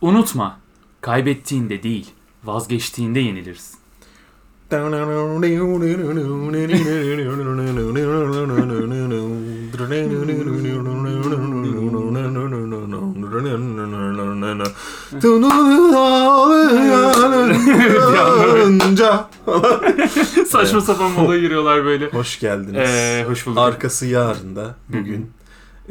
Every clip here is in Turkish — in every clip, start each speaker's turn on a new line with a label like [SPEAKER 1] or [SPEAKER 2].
[SPEAKER 1] Unutma, kaybettiğinde değil, vazgeçtiğinde yenilirsin. Saçma sapan moda giriyorlar böyle.
[SPEAKER 2] Hoş geldiniz.
[SPEAKER 1] Ee, hoş bulduk.
[SPEAKER 2] Arkası yarın da bugün.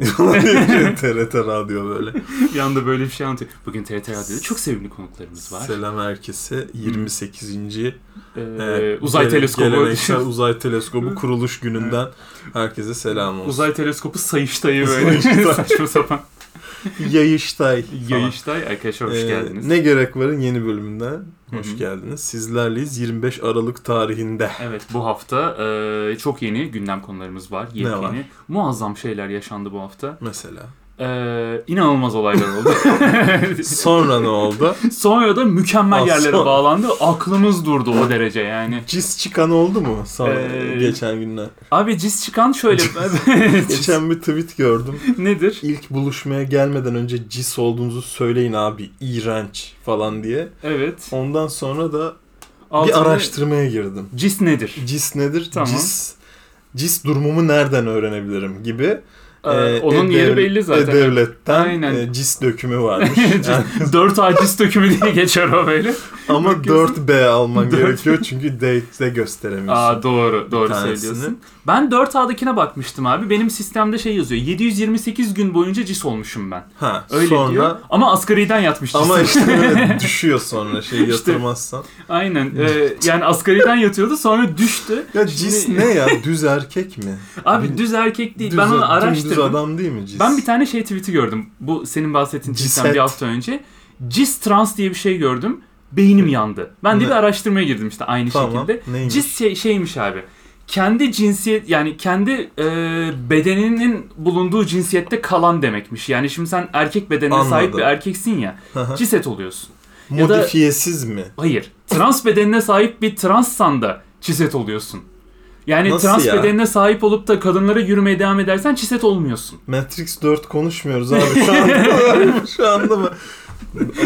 [SPEAKER 2] TRT Radyo böyle.
[SPEAKER 1] Yanda böyle bir şey anlatıyor. Bugün TRT Radyo'da çok sevimli konuklarımız var.
[SPEAKER 2] Selam herkese. 28.
[SPEAKER 1] Ee,
[SPEAKER 2] Evet,
[SPEAKER 1] uzay
[SPEAKER 2] gele-
[SPEAKER 1] teleskobu.
[SPEAKER 2] geleneksel uzay teleskobu kuruluş gününden herkese selam olsun.
[SPEAKER 1] uzay teleskopu sayıştayı böyle.
[SPEAKER 2] Sayıştay.
[SPEAKER 1] Saçma sapan.
[SPEAKER 2] Yayıştay.
[SPEAKER 1] Yayıştay. Arkadaşlar hoş
[SPEAKER 2] Ee,
[SPEAKER 1] geldiniz.
[SPEAKER 2] Ne gerek varın yeni bölümünden. Hoş
[SPEAKER 1] Hı hı.
[SPEAKER 2] geldiniz. Sizlerleyiz 25 Aralık tarihinde.
[SPEAKER 1] Evet bu hafta e, çok yeni gündem konularımız var. Yepyeni.
[SPEAKER 2] var?
[SPEAKER 1] Muazzam şeyler yaşandı bu hafta.
[SPEAKER 2] Mesela.
[SPEAKER 1] E, inanılmaz olaylar oldu.
[SPEAKER 2] Sonra ne oldu?
[SPEAKER 1] Sonra da mükemmel
[SPEAKER 2] Ah,
[SPEAKER 1] yerlere
[SPEAKER 2] son-
[SPEAKER 1] bağlandı. Aklımız durdu o derece yani.
[SPEAKER 2] Cis çıkan oldu mu? Sonra
[SPEAKER 1] Ee,
[SPEAKER 2] geçen günler.
[SPEAKER 1] Abi cis çıkan şöyle.
[SPEAKER 2] Geçen bir tweet gördüm.
[SPEAKER 1] Nedir?
[SPEAKER 2] İlk buluşmaya gelmeden önce cis olduğunuzu söyleyin abi. iğrenç falan diye.
[SPEAKER 1] Evet.
[SPEAKER 2] Ondan sonra da
[SPEAKER 1] Altında-
[SPEAKER 2] bir araştırmaya girdim.
[SPEAKER 1] Cis nedir?
[SPEAKER 2] Cis nedir?
[SPEAKER 1] Tamam.
[SPEAKER 2] Cis cis durumumu nereden öğrenebilirim gibi.
[SPEAKER 1] Ee,
[SPEAKER 2] Ee,
[SPEAKER 1] onun
[SPEAKER 2] e-dev-
[SPEAKER 1] yeri belli zaten.
[SPEAKER 2] E-Devlet'ten
[SPEAKER 1] Aynen.
[SPEAKER 2] e, cis dökümü varmış.
[SPEAKER 1] Cis-
[SPEAKER 2] Yani-
[SPEAKER 1] 4 A cis dökümü diye geçer o böyle.
[SPEAKER 2] Ama
[SPEAKER 1] Bakıyorsun.
[SPEAKER 2] 4B alman
[SPEAKER 1] Dört.
[SPEAKER 2] gerekiyor çünkü date'de gösteremiyorsun.
[SPEAKER 1] Aa doğru, doğru
[SPEAKER 2] tanesini.
[SPEAKER 1] söylüyorsun. Ben 4 A'dakine bakmıştım abi. Benim sistemde şey yazıyor. 728 gün boyunca cis olmuşum ben.
[SPEAKER 2] ha,
[SPEAKER 1] Öyle
[SPEAKER 2] sonra
[SPEAKER 1] diyor. Ama asgariden yatmış cis.
[SPEAKER 2] ama işte böyle düşüyor sonra şey
[SPEAKER 1] İşte.
[SPEAKER 2] yatırmazsan.
[SPEAKER 1] Aynen. Ee, yani asgariden yatıyordu sonra düştü.
[SPEAKER 2] Ya cis
[SPEAKER 1] Şimdi-
[SPEAKER 2] ne ya? Düz erkek mi?
[SPEAKER 1] Abi düz erkek değil.
[SPEAKER 2] Düz-
[SPEAKER 1] ben onu
[SPEAKER 2] dümdüz
[SPEAKER 1] araştırdım.
[SPEAKER 2] adam değil mi cis?
[SPEAKER 1] Ben bir tane şey tweet'i gördüm. Bu senin bahsettiğin tweet'ten
[SPEAKER 2] Ciset.
[SPEAKER 1] bir hafta önce. Cis trans diye bir şey gördüm. Beynim yandı. Ben de
[SPEAKER 2] Ne?
[SPEAKER 1] bir araştırmaya girdim işte aynı
[SPEAKER 2] tamam.
[SPEAKER 1] şekilde.
[SPEAKER 2] Neymiş?
[SPEAKER 1] Cis şey, şeymiş abi. Kendi cinsiyet yani kendi e, bedeninin bulunduğu cinsiyette kalan demekmiş. Yani şimdi sen erkek bedenine sahip
[SPEAKER 2] Anladım.
[SPEAKER 1] bir erkeksin ya.
[SPEAKER 2] Hı hı.
[SPEAKER 1] Ciset oluyorsun. ya da-
[SPEAKER 2] Modifiyesiz mi?
[SPEAKER 1] Hayır. Trans bedenine sahip bir transsan da ciset oluyorsun. Yani
[SPEAKER 2] Nasıl
[SPEAKER 1] trans
[SPEAKER 2] ya?
[SPEAKER 1] bedenine sahip olup da kadınlara yürümeye devam edersen ciset olmuyorsun.
[SPEAKER 2] Matrix 4 konuşmuyoruz abi şu anda mı? şu anda mı?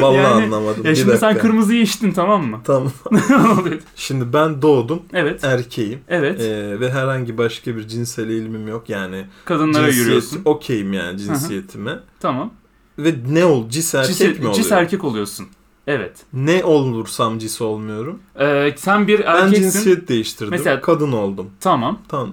[SPEAKER 2] Vallahi
[SPEAKER 1] Yani-
[SPEAKER 2] anlamadım.
[SPEAKER 1] Ya
[SPEAKER 2] bir
[SPEAKER 1] şimdi
[SPEAKER 2] dakika.
[SPEAKER 1] sen kırmızıyı içtin tamam mı?
[SPEAKER 2] Tamam. Şimdi ben doğdum
[SPEAKER 1] evet.
[SPEAKER 2] erkeğim
[SPEAKER 1] Evet.
[SPEAKER 2] Ee, ve herhangi başka bir cinsel eğilimim yok yani
[SPEAKER 1] kadınlara
[SPEAKER 2] cinsiyet-
[SPEAKER 1] yürüyorsun.
[SPEAKER 2] Okeyim yani cinsiyetime.
[SPEAKER 1] Tamam.
[SPEAKER 2] Ve ne ol cis erkek
[SPEAKER 1] Cis,
[SPEAKER 2] mi oluyorum?
[SPEAKER 1] cis erkek oluyorsun. Evet.
[SPEAKER 2] Ne olursam cis olmuyorum.
[SPEAKER 1] Ee, sen bir
[SPEAKER 2] Ben
[SPEAKER 1] erkeksin.
[SPEAKER 2] cinsiyet değiştirdim.
[SPEAKER 1] Mesela-
[SPEAKER 2] Kadın oldum.
[SPEAKER 1] Tamam.
[SPEAKER 2] Tamam.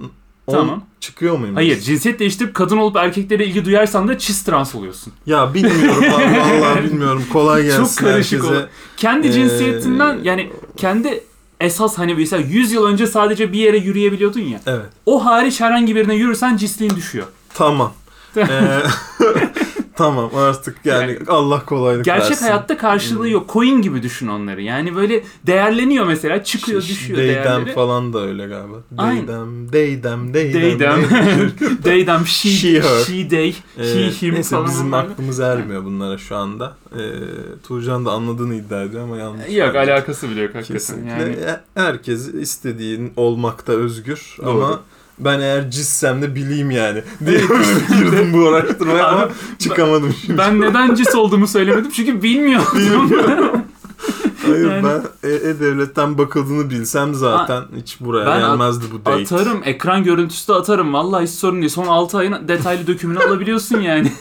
[SPEAKER 1] Tamam.
[SPEAKER 2] Tamam. Çıkıyor muyum?
[SPEAKER 1] Hayır cinsiyet değiştirip kadın olup erkeklere ilgi duyarsan da cis trans oluyorsun.
[SPEAKER 2] Ya bilmiyorum abi vallahi bilmiyorum. Kolay gelsin
[SPEAKER 1] Çok karışık
[SPEAKER 2] herkese.
[SPEAKER 1] olan. Kendi
[SPEAKER 2] Ee,
[SPEAKER 1] cinsiyetinden yani kendi esas hani mesela 100 yıl önce sadece bir yere yürüyebiliyordun ya.
[SPEAKER 2] Evet.
[SPEAKER 1] O hariç herhangi birine yürürsen cisliğin düşüyor.
[SPEAKER 2] Tamam. Ee, tamam artık yani,
[SPEAKER 1] Yani-
[SPEAKER 2] Allah kolaylık
[SPEAKER 1] Gerçek
[SPEAKER 2] versin.
[SPEAKER 1] hayatta karşılığı
[SPEAKER 2] Hmm.
[SPEAKER 1] yok. Coin gibi düşün onları. Yani böyle değerleniyor mesela. Çıkıyor düşüyor
[SPEAKER 2] Deydem
[SPEAKER 1] değerleri.
[SPEAKER 2] falan da öyle galiba.
[SPEAKER 1] Aynen.
[SPEAKER 2] Deydem, deydem, deydem.
[SPEAKER 1] Deydem. Deydem. She,
[SPEAKER 2] She,
[SPEAKER 1] şey- she,
[SPEAKER 2] her.
[SPEAKER 1] they. he,
[SPEAKER 2] Ee,
[SPEAKER 1] him
[SPEAKER 2] neyse
[SPEAKER 1] falan.
[SPEAKER 2] bizim
[SPEAKER 1] onlar-
[SPEAKER 2] aklımız ermiyor bunlara şu anda. Ee, Tuğcan da anladığını iddia ediyor ama yanlış.
[SPEAKER 1] Yok alakası bile yok hakikaten.
[SPEAKER 2] şey Kesinlikle.
[SPEAKER 1] Yani.
[SPEAKER 2] E- Herkes istediğin olmakta özgür
[SPEAKER 1] Doğru.
[SPEAKER 2] ama ben eğer cissem de bileyim yani diye girdim bu araştırmaya ama
[SPEAKER 1] Abi,
[SPEAKER 2] çıkamadım şimdi.
[SPEAKER 1] Ben neden cis olduğumu söylemedim çünkü bilmiyordum.
[SPEAKER 2] Hayır
[SPEAKER 1] yani-
[SPEAKER 2] ben E- E-Devlet'ten bakıldığını bilsem zaten hiç buraya
[SPEAKER 1] Ben at-
[SPEAKER 2] gelmezdi bu date.
[SPEAKER 1] Atarım. Ekran görüntüsü de atarım. Vallahi hiç sorun değil. Son 6 ayın detaylı dökümünü alabiliyorsun yani.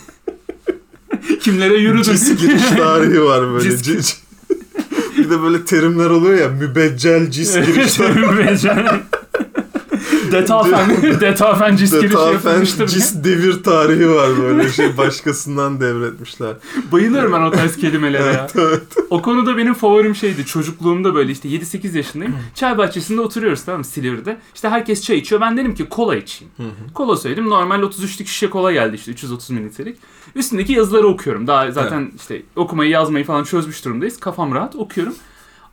[SPEAKER 1] Kimlere yürüdün?
[SPEAKER 2] Cis giriş tarihi var böyle.
[SPEAKER 1] Cis-
[SPEAKER 2] C- Bir de böyle terimler oluyor ya mübeccel cis giriş tarihi.
[SPEAKER 1] Becerim. Detafen, detafen cis girişi şey
[SPEAKER 2] Detafen
[SPEAKER 1] yapılmıştır.
[SPEAKER 2] cis devir tarihi var böyle şey başkasından devretmişler.
[SPEAKER 1] Bayılıyorum ben o tarz kelimelere ya. O konuda benim favorim şeydi. Çocukluğumda böyle işte 7-8 yaşındayım. Çay bahçesinde oturuyoruz tamam mı Silivri'de. İşte herkes çay içiyor. Ben dedim ki kola içeyim.
[SPEAKER 2] Hı hı.
[SPEAKER 1] Kola söyledim. Normal 33'lük şişe kola geldi işte 330 mililitrelik. Üstündeki yazıları okuyorum. Daha zaten işte okumayı yazmayı falan çözmüş durumdayız. Kafam rahat okuyorum.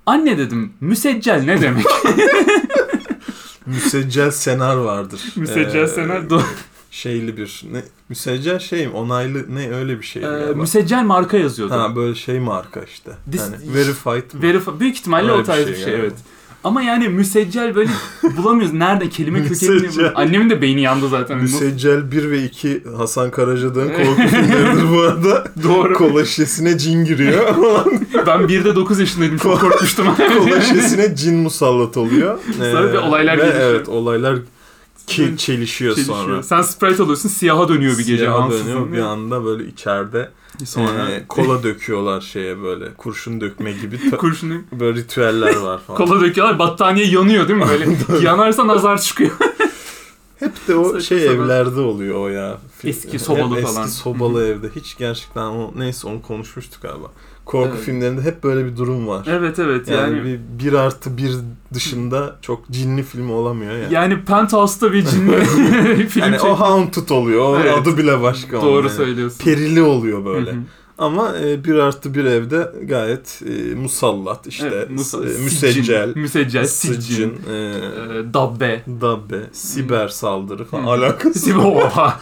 [SPEAKER 1] Anne dedim müseccel ne demek?
[SPEAKER 2] Müseccel senar vardır.
[SPEAKER 1] müseccel
[SPEAKER 2] Ee,
[SPEAKER 1] senar doğru.
[SPEAKER 2] Şeyli bir. Ne? Müseccel şey mi? Onaylı ne öyle bir şey.
[SPEAKER 1] Ee,
[SPEAKER 2] galiba.
[SPEAKER 1] müseccel marka yazıyordu.
[SPEAKER 2] ha böyle şey marka işte.
[SPEAKER 1] Dis-
[SPEAKER 2] yani verified. mı?
[SPEAKER 1] Verif- büyük ihtimalle
[SPEAKER 2] Öyle
[SPEAKER 1] o tarz bir şey,
[SPEAKER 2] galiba.
[SPEAKER 1] evet. Ama yani müseccel böyle bulamıyoruz. Nerede kelime kökenini
[SPEAKER 2] Müseccel.
[SPEAKER 1] Annemin de beyni yandı zaten.
[SPEAKER 2] Müseccel 1 ve 2 Hasan Karaca'dan
[SPEAKER 1] Evet.
[SPEAKER 2] korku filmleridir bu arada.
[SPEAKER 1] Ee. Doğru.
[SPEAKER 2] Kola şişesine cin giriyor.
[SPEAKER 1] Ben bir de 9 yaşındaydım. Çok korkmuştum.
[SPEAKER 2] Kola şişesine cin musallat oluyor. Ee,
[SPEAKER 1] Sonra bir olaylar
[SPEAKER 2] ve
[SPEAKER 1] gelişiyor.
[SPEAKER 2] Evet olaylar ki,
[SPEAKER 1] Çelişiyor.
[SPEAKER 2] çelişiyor, sonra.
[SPEAKER 1] Çelişiyor. Sen Sprite alıyorsun siyaha dönüyor bir gece.
[SPEAKER 2] Siyaha
[SPEAKER 1] ansızın.
[SPEAKER 2] dönüyor bir anda böyle içeride
[SPEAKER 1] Sonra
[SPEAKER 2] e, kola döküyorlar şeye böyle kurşun dökme gibi ta-
[SPEAKER 1] kurşunu
[SPEAKER 2] böyle ritüeller var falan.
[SPEAKER 1] kola döküyorlar. Battaniye yanıyor değil mi böyle? Yanarsa nazar çıkıyor.
[SPEAKER 2] Hep de o
[SPEAKER 1] Saçma
[SPEAKER 2] şey
[SPEAKER 1] sapan.
[SPEAKER 2] evlerde oluyor o ya.
[SPEAKER 1] Eski sobalı
[SPEAKER 2] hep
[SPEAKER 1] falan.
[SPEAKER 2] Eski sobalı evde. Hiç gerçekten o neyse onu konuşmuştuk galiba. Korku
[SPEAKER 1] Evet.
[SPEAKER 2] filmlerinde hep böyle bir durum var.
[SPEAKER 1] evet evet
[SPEAKER 2] Yani,
[SPEAKER 1] yani.
[SPEAKER 2] bir, bir artı bir dışında çok cinli film olamıyor yani.
[SPEAKER 1] Yani Penthouse'da bir cinli film
[SPEAKER 2] yani
[SPEAKER 1] çek-
[SPEAKER 2] o Haunted oluyor. O
[SPEAKER 1] Evet.
[SPEAKER 2] adı bile başka. onun
[SPEAKER 1] Doğru
[SPEAKER 2] yani.
[SPEAKER 1] söylüyorsun.
[SPEAKER 2] Perili oluyor
[SPEAKER 1] Hı hı.
[SPEAKER 2] böyle. Ama e, bir artı bir evde gayet e, musallat işte
[SPEAKER 1] Evet,
[SPEAKER 2] e,
[SPEAKER 1] mus-
[SPEAKER 2] müseccel,
[SPEAKER 1] siccin, müseccel, siccin,
[SPEAKER 2] sıccın, e,
[SPEAKER 1] e, dabbe,
[SPEAKER 2] dabbe, siber saldırı falan
[SPEAKER 1] Hı.
[SPEAKER 2] alakası
[SPEAKER 1] siboha,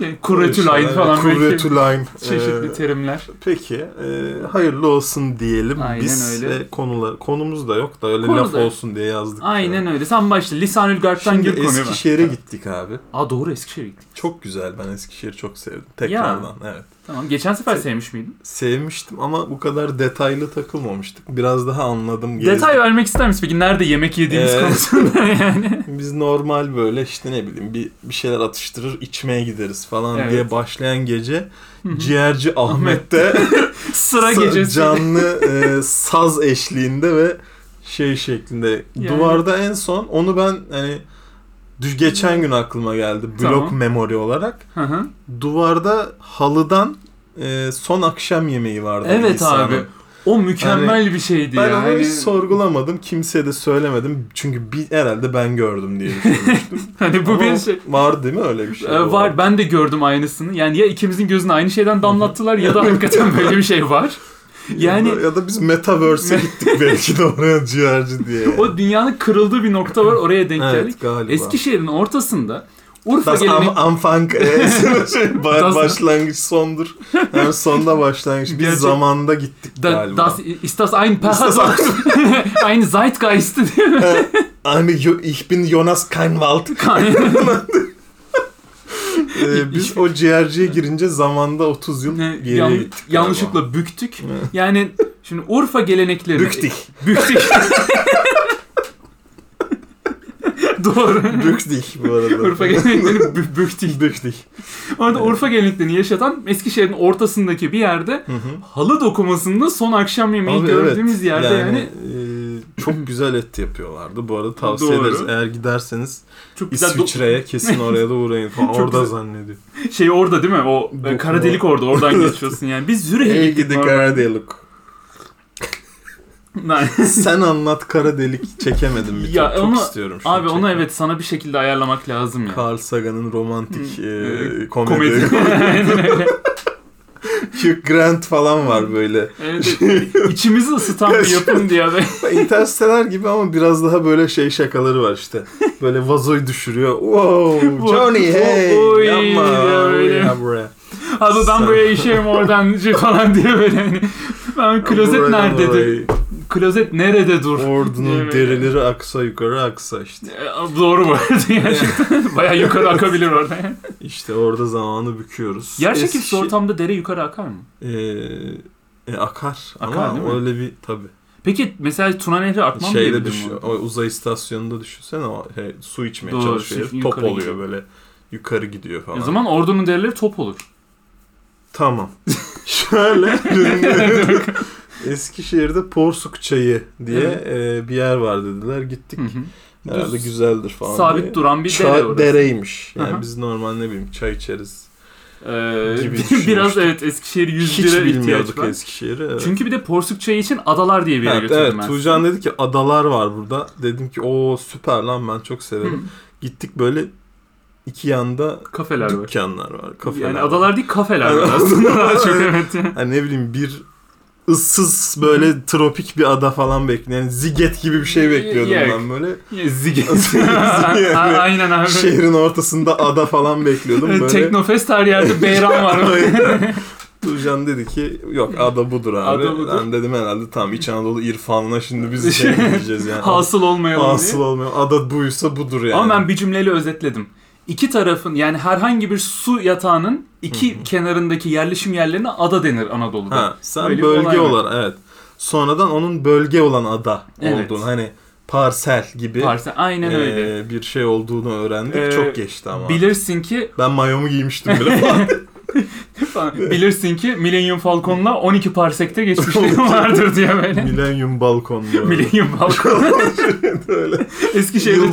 [SPEAKER 1] yani kuretülayn falan böyle
[SPEAKER 2] Kuretülayn.
[SPEAKER 1] çeşitli
[SPEAKER 2] e,
[SPEAKER 1] terimler.
[SPEAKER 2] Peki, e, hayırlı olsun diyelim.
[SPEAKER 1] Aynen
[SPEAKER 2] Biz
[SPEAKER 1] öyle.
[SPEAKER 2] e, konular konumuz da yok da öyle
[SPEAKER 1] Konu
[SPEAKER 2] laf
[SPEAKER 1] da yok.
[SPEAKER 2] olsun diye yazdık.
[SPEAKER 1] Aynen öyle. Sen başla. Lisanül Garp'tan
[SPEAKER 2] Şimdi
[SPEAKER 1] gir konuya. bak.
[SPEAKER 2] Eskişehir'e gittik abi.
[SPEAKER 1] Aa doğru Eskişehir'e gittik.
[SPEAKER 2] Çok güzel. Ben Eskişehir'i çok sevdim. Tekrardan evet.
[SPEAKER 1] Tamam. Geçen sefer
[SPEAKER 2] Se-
[SPEAKER 1] sevmiş miydin?
[SPEAKER 2] Sevmiştim ama bu kadar detaylı takılmamıştık. Biraz daha anladım. gezdim.
[SPEAKER 1] Detay vermek ister misin peki? Nerede yemek yediğimiz
[SPEAKER 2] Ee,
[SPEAKER 1] konusunda yani.
[SPEAKER 2] Biz normal böyle işte ne bileyim bir, bir şeyler atıştırır içmeye gideriz falan
[SPEAKER 1] Evet.
[SPEAKER 2] diye başlayan gece
[SPEAKER 1] Hı hı.
[SPEAKER 2] ciğerci Ahmet'te
[SPEAKER 1] Sıra
[SPEAKER 2] Sa-
[SPEAKER 1] gecesi.
[SPEAKER 2] Canlı e, saz eşliğinde ve şey şeklinde.
[SPEAKER 1] Yani-
[SPEAKER 2] Duvarda en son onu ben hani düş geçen gün aklıma geldi blok
[SPEAKER 1] Tamam.
[SPEAKER 2] memori olarak.
[SPEAKER 1] Hı hı.
[SPEAKER 2] Duvarda halıdan e, son akşam yemeği vardı.
[SPEAKER 1] Evet
[SPEAKER 2] İsa'nın.
[SPEAKER 1] abi. O mükemmel bir şeydi
[SPEAKER 2] Ben
[SPEAKER 1] ya.
[SPEAKER 2] onu hiç
[SPEAKER 1] Hani-
[SPEAKER 2] sorgulamadım. Kimseye de söylemedim. Çünkü bir, herhalde ben gördüm diye düşünmüştüm.
[SPEAKER 1] Hani bu
[SPEAKER 2] Ama
[SPEAKER 1] bir şey.
[SPEAKER 2] Var değil mi öyle bir şey?
[SPEAKER 1] Ee, var ben de gördüm aynısını. Yani ya ikimizin gözüne aynı şeyden damlattılar ya da hakikaten böyle bir şey var.
[SPEAKER 2] Yani...
[SPEAKER 1] Yani-
[SPEAKER 2] Ya da, ya da biz Metaverse'e gittik belki de oraya ciğerci diye.
[SPEAKER 1] O dünyanın kırıldığı bir nokta var oraya denk geldik.
[SPEAKER 2] evet galiba.
[SPEAKER 1] Eskişehir'in ortasında Urfa
[SPEAKER 2] Das am,
[SPEAKER 1] gelenek
[SPEAKER 2] Anfang e, şey, ba-
[SPEAKER 1] Das-
[SPEAKER 2] başlangıç sondur. Yani sonda başlangıç. Biz
[SPEAKER 1] Gerçek-
[SPEAKER 2] zamanda gittik
[SPEAKER 1] da,
[SPEAKER 2] galiba.
[SPEAKER 1] das ist das ein
[SPEAKER 2] das
[SPEAKER 1] Passat. ein Zeitgeist diye bir
[SPEAKER 2] Aynı Hani yo, ich bin Jonas Kainwald.
[SPEAKER 1] kan-
[SPEAKER 2] Ee, biz o ciğerciye girince zamanda 30 yıl
[SPEAKER 1] Ne,
[SPEAKER 2] geriye
[SPEAKER 1] yan-
[SPEAKER 2] gittik. galiba.
[SPEAKER 1] yanlışlıkla büktük.
[SPEAKER 2] Evet.
[SPEAKER 1] Yani şimdi Urfa gelenekleri
[SPEAKER 2] Büktik.
[SPEAKER 1] Büktük. Doğru.
[SPEAKER 2] Büktik bu arada.
[SPEAKER 1] Urfa geleneklerini bü- büktük.
[SPEAKER 2] Büktik.
[SPEAKER 1] Orada Urfa geleneklerini yaşatan Eskişehir'in ortasındaki bir yerde
[SPEAKER 2] Hı hı.
[SPEAKER 1] halı dokumasında son akşam yemeği
[SPEAKER 2] Abi
[SPEAKER 1] gördüğümüz
[SPEAKER 2] evet,
[SPEAKER 1] yerde yani,
[SPEAKER 2] e, çok güzel et yapıyorlardı. Bu arada tavsiye
[SPEAKER 1] Doğru.
[SPEAKER 2] ederiz. Eğer giderseniz
[SPEAKER 1] çok güzel do-
[SPEAKER 2] İsviçre'ye kesin oraya da uğrayın. falan.
[SPEAKER 1] Çok
[SPEAKER 2] Orada
[SPEAKER 1] güzel.
[SPEAKER 2] zannediyor.
[SPEAKER 1] şey orada değil mi? O e,
[SPEAKER 2] Dokuma.
[SPEAKER 1] kara delik orada. Oradan geçiyorsun yani. Biz Zürih'e
[SPEAKER 2] Ey
[SPEAKER 1] gittik.
[SPEAKER 2] gidi
[SPEAKER 1] normal.
[SPEAKER 2] kara delik.
[SPEAKER 1] Lan,
[SPEAKER 2] Sen anlat kara delik çekemedim bir
[SPEAKER 1] Ya
[SPEAKER 2] türlü. Çok
[SPEAKER 1] onu-
[SPEAKER 2] istiyorum. şunu
[SPEAKER 1] Abi onu
[SPEAKER 2] çekmek.
[SPEAKER 1] evet sana bir şekilde ayarlamak lazım ya.
[SPEAKER 2] Carl Sagan'ın romantik
[SPEAKER 1] Hı,
[SPEAKER 2] e,
[SPEAKER 1] e,
[SPEAKER 2] komedi.
[SPEAKER 1] Aynen öyle.
[SPEAKER 2] Hugh Grant falan var böyle.
[SPEAKER 1] evet, evet. İçimizi ısıtan bir yapım diye. be.
[SPEAKER 2] Interstellar gibi ama biraz daha böyle şey şakaları var işte. Böyle vazoyu düşürüyor. Wow, Johnny hey.
[SPEAKER 1] Oy,
[SPEAKER 2] yapma.
[SPEAKER 1] ya öyle.
[SPEAKER 2] Ya buraya.
[SPEAKER 1] Abi ben
[SPEAKER 2] Sen-
[SPEAKER 1] buraya işeyim oradan şey falan diye böyle hani. Ben klozet
[SPEAKER 2] Buraya,
[SPEAKER 1] nerededir?
[SPEAKER 2] buraya.
[SPEAKER 1] Klozet nerede dur?
[SPEAKER 2] Ordunun
[SPEAKER 1] Diye böyle.
[SPEAKER 2] derileri aksa yukarı aksa işte.
[SPEAKER 1] E, Doğru bu arada gerçekten. Baya yukarı akabilir orada. yani.
[SPEAKER 2] İşte orada zamanı büküyoruz.
[SPEAKER 1] Yer çekimsiz
[SPEAKER 2] Eskişe-
[SPEAKER 1] ortamda dere yukarı akar mı?
[SPEAKER 2] E, e, akar.
[SPEAKER 1] Akar, değil mi?
[SPEAKER 2] ama öyle bir tabii.
[SPEAKER 1] Peki mesela Tuna Nehri akmam
[SPEAKER 2] şeyde
[SPEAKER 1] diyebilir
[SPEAKER 2] düşüyor. O uzay istasyonunda düşünsene o he, su içmeye
[SPEAKER 1] Doğru,
[SPEAKER 2] çalışıyor.
[SPEAKER 1] şey,
[SPEAKER 2] Top
[SPEAKER 1] yukarı
[SPEAKER 2] oluyor
[SPEAKER 1] gidiyor. E,
[SPEAKER 2] böyle. Yukarı gidiyor falan.
[SPEAKER 1] O zaman ordunun dereleri top olur.
[SPEAKER 2] Tamam. Şöyle. Eskişehir'de Porsuk Çayı diye e, bir yer var dediler. Gittik.
[SPEAKER 1] Hı hı.
[SPEAKER 2] Herhalde
[SPEAKER 1] Düz,
[SPEAKER 2] güzeldir falan
[SPEAKER 1] Sabit
[SPEAKER 2] diye.
[SPEAKER 1] duran bir
[SPEAKER 2] Çay-
[SPEAKER 1] dere orası.
[SPEAKER 2] dereymiş. Yani
[SPEAKER 1] Aha.
[SPEAKER 2] biz normal ne bileyim çay içeriz.
[SPEAKER 1] Ee,
[SPEAKER 2] gibi
[SPEAKER 1] biraz
[SPEAKER 2] düşünmüştüm.
[SPEAKER 1] evet Eskişehir 100
[SPEAKER 2] Hiç
[SPEAKER 1] lira ihtiyaç
[SPEAKER 2] bilmiyorduk
[SPEAKER 1] var.
[SPEAKER 2] Eskişehir'i. Evet.
[SPEAKER 1] Çünkü bir de porsuk çayı için adalar diye bir yere
[SPEAKER 2] Evet,
[SPEAKER 1] götürdüm
[SPEAKER 2] evet.
[SPEAKER 1] ben.
[SPEAKER 2] Tuğcan dedi ki adalar var burada. Dedim ki o süper lan ben çok
[SPEAKER 1] Hı,
[SPEAKER 2] severim. Gittik böyle iki yanda
[SPEAKER 1] kafeler var.
[SPEAKER 2] dükkanlar var. Kafeler
[SPEAKER 1] yani
[SPEAKER 2] var.
[SPEAKER 1] adalar değil kafeler
[SPEAKER 2] Evet.
[SPEAKER 1] var aslında. Daha çok evet. yani.
[SPEAKER 2] Hani ne bileyim bir ıssız böyle tropik bir ada falan bekliyor. Yani Ziget gibi bir şey bekliyordum
[SPEAKER 1] Yok.
[SPEAKER 2] ben böyle.
[SPEAKER 1] Ya, Zige.
[SPEAKER 2] Zige, yani.
[SPEAKER 1] A- Aynen abi.
[SPEAKER 2] Şehrin ortasında ada falan bekliyordum Şey böyle.
[SPEAKER 1] Teknofest her yerde beyran var.
[SPEAKER 2] Aynen. Tuğcan dedi ki yok ada budur abi.
[SPEAKER 1] Ada budur.
[SPEAKER 2] Ben dedim herhalde tam İç Anadolu irfanına şimdi biz şey diyeceğiz yani.
[SPEAKER 1] Hasıl olmayalım
[SPEAKER 2] Asıl
[SPEAKER 1] diye.
[SPEAKER 2] olmuyor. Ada buysa budur yani.
[SPEAKER 1] Ama ben bir cümleyle özetledim. İki tarafın yani herhangi bir su yatağının iki kenarındaki yerleşim yerlerine ada denir Anadolu'da.
[SPEAKER 2] Ha, sen
[SPEAKER 1] Öyle bir olay
[SPEAKER 2] bölge
[SPEAKER 1] var.
[SPEAKER 2] olan evet. Sonradan onun bölge olan ada
[SPEAKER 1] Evet.
[SPEAKER 2] olduğunu hani parsel gibi
[SPEAKER 1] Parse aynen
[SPEAKER 2] e,
[SPEAKER 1] öyle.
[SPEAKER 2] bir şey olduğunu öğrendik.
[SPEAKER 1] Ee,
[SPEAKER 2] Çok geçti ama.
[SPEAKER 1] Bilirsin ki
[SPEAKER 2] ben mayomu giymiştim bile falan.
[SPEAKER 1] bilirsin ki Millennium Falcon'la 12 parsekte geçmişliğim vardır diye böyle.
[SPEAKER 2] Milenyum balkonlu.
[SPEAKER 1] Millennium Falcon.
[SPEAKER 2] Öyle.
[SPEAKER 1] Eskişehir'de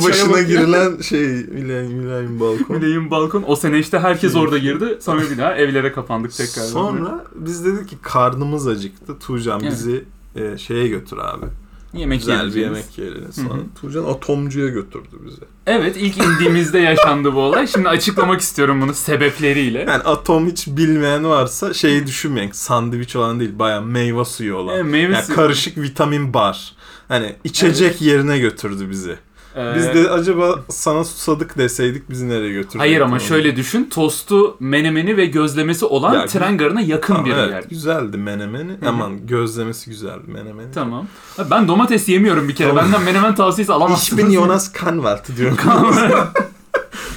[SPEAKER 1] şey, çaya
[SPEAKER 2] Yılbaşına
[SPEAKER 1] bakıyor.
[SPEAKER 2] girilen şey Milenyum, milenyum balkon.
[SPEAKER 1] Millennium Balkon. O sene işte herkes orada girdi. Sonra bir daha evlere kapandık tekrar.
[SPEAKER 2] Sonra biz dedik ki karnımız acıktı. Tuğcan
[SPEAKER 1] Evet.
[SPEAKER 2] bizi e, şeye götür abi.
[SPEAKER 1] yemek
[SPEAKER 2] Güzel bir
[SPEAKER 1] yiyeceğiz.
[SPEAKER 2] yemek yiyelim sonra.
[SPEAKER 1] Hı hı.
[SPEAKER 2] Tuğcan atomcuya götürdü bizi.
[SPEAKER 1] Evet ilk indiğimizde yaşandı bu olay. Şimdi açıklamak istiyorum bunu sebepleriyle.
[SPEAKER 2] Yani atom hiç bilmeyen varsa şeyi düşünmeyin. Sandviç olan değil baya meyve suyu olan.
[SPEAKER 1] E, meyve
[SPEAKER 2] yani
[SPEAKER 1] suyu-
[SPEAKER 2] karışık vitamin bar. Hani içecek yerine götürdü bizi.
[SPEAKER 1] Ee,
[SPEAKER 2] Biz de acaba sana susadık deseydik bizi nereye götürdü?
[SPEAKER 1] Hayır ama şöyle düşün. Tostu, menemeni ve gözlemesi olan
[SPEAKER 2] Ya,
[SPEAKER 1] tren garına yakın bir yer.
[SPEAKER 2] Güzeldi menemeni.
[SPEAKER 1] hı.
[SPEAKER 2] Aman gözlemesi güzeldi menemeni.
[SPEAKER 1] Tamam. Abi ben domates yemiyorum bir kere.
[SPEAKER 2] Tamam.
[SPEAKER 1] Benden menemen tavsiyesi
[SPEAKER 2] Ich
[SPEAKER 1] alamazsın.
[SPEAKER 2] bin Jonas Kanwalt diyorum.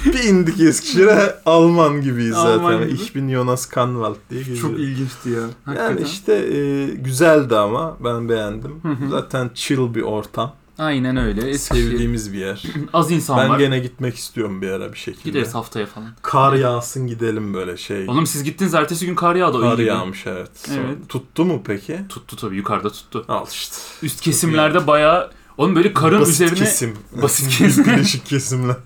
[SPEAKER 2] bir indik Eskişehir'e Alman gibiyiz zaten.
[SPEAKER 1] Alman gibi.
[SPEAKER 2] Ich bin Jonas Kanwalt diye geziyoruz.
[SPEAKER 1] Çok ilginçti ya. Hakikaten.
[SPEAKER 2] Yani işte e, güzeldi ama ben beğendim.
[SPEAKER 1] Hı hı.
[SPEAKER 2] Zaten chill bir ortam.
[SPEAKER 1] Aynen öyle. Eskişehir.
[SPEAKER 2] Sevdiğimiz bir yer.
[SPEAKER 1] Az insan
[SPEAKER 2] ben
[SPEAKER 1] var.
[SPEAKER 2] gene gitmek istiyorum bir ara bir şekilde.
[SPEAKER 1] Gideriz haftaya falan.
[SPEAKER 2] Kar yağsın gidelim böyle şey.
[SPEAKER 1] Oğlum siz gittiniz ertesi gün kar yağdı.
[SPEAKER 2] Kar
[SPEAKER 1] öyle gibi.
[SPEAKER 2] yağmış evet. Sonra-
[SPEAKER 1] Evet.
[SPEAKER 2] Tuttu mu peki?
[SPEAKER 1] Tuttu tabii yukarıda tuttu.
[SPEAKER 2] Al işte.
[SPEAKER 1] Üst kesimlerde bayağı... Oğlum böyle karın
[SPEAKER 2] Basit
[SPEAKER 1] üzerine...
[SPEAKER 2] kesim.
[SPEAKER 1] Basit kesim.
[SPEAKER 2] Birleşik kesimler.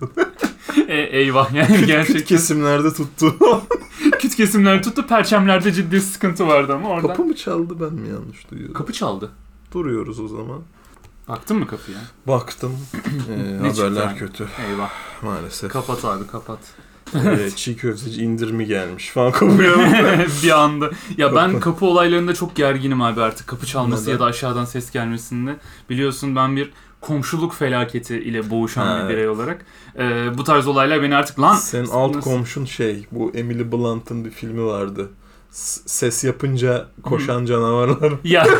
[SPEAKER 1] E, eyvah yani
[SPEAKER 2] Küt
[SPEAKER 1] gerçekten.
[SPEAKER 2] kesimlerde tuttu.
[SPEAKER 1] Küt kesimler tuttu. Perçemlerde ciddi sıkıntı vardı ama oradan.
[SPEAKER 2] Kapı mı çaldı ben mi yanlış duyuyorum?
[SPEAKER 1] Kapı çaldı.
[SPEAKER 2] Duruyoruz o zaman.
[SPEAKER 1] Baktın mı kapıya?
[SPEAKER 2] Baktım. Ee,
[SPEAKER 1] Ne çıktı
[SPEAKER 2] haberler
[SPEAKER 1] abi?
[SPEAKER 2] kötü
[SPEAKER 1] Eyvah.
[SPEAKER 2] maalesef.
[SPEAKER 1] Kapat abi kapat.
[SPEAKER 2] Ee, çiğ köfteci indirimi gelmiş falan kapıya.
[SPEAKER 1] bir anda. Ya ben kapı olaylarında çok gerginim abi artık. Kapı çalması
[SPEAKER 2] Neden?
[SPEAKER 1] ya da aşağıdan ses gelmesinde. Biliyorsun ben bir komşuluk felaketi ile boğuşan
[SPEAKER 2] Ha,
[SPEAKER 1] bir
[SPEAKER 2] evet.
[SPEAKER 1] birey olarak. Ee, bu tarz olaylar beni artık lan
[SPEAKER 2] Senin alt
[SPEAKER 1] Nasıl?
[SPEAKER 2] komşun şey bu Emily Blunt'ın bir filmi vardı. S- ses yapınca koşan canavarlar.
[SPEAKER 1] ya.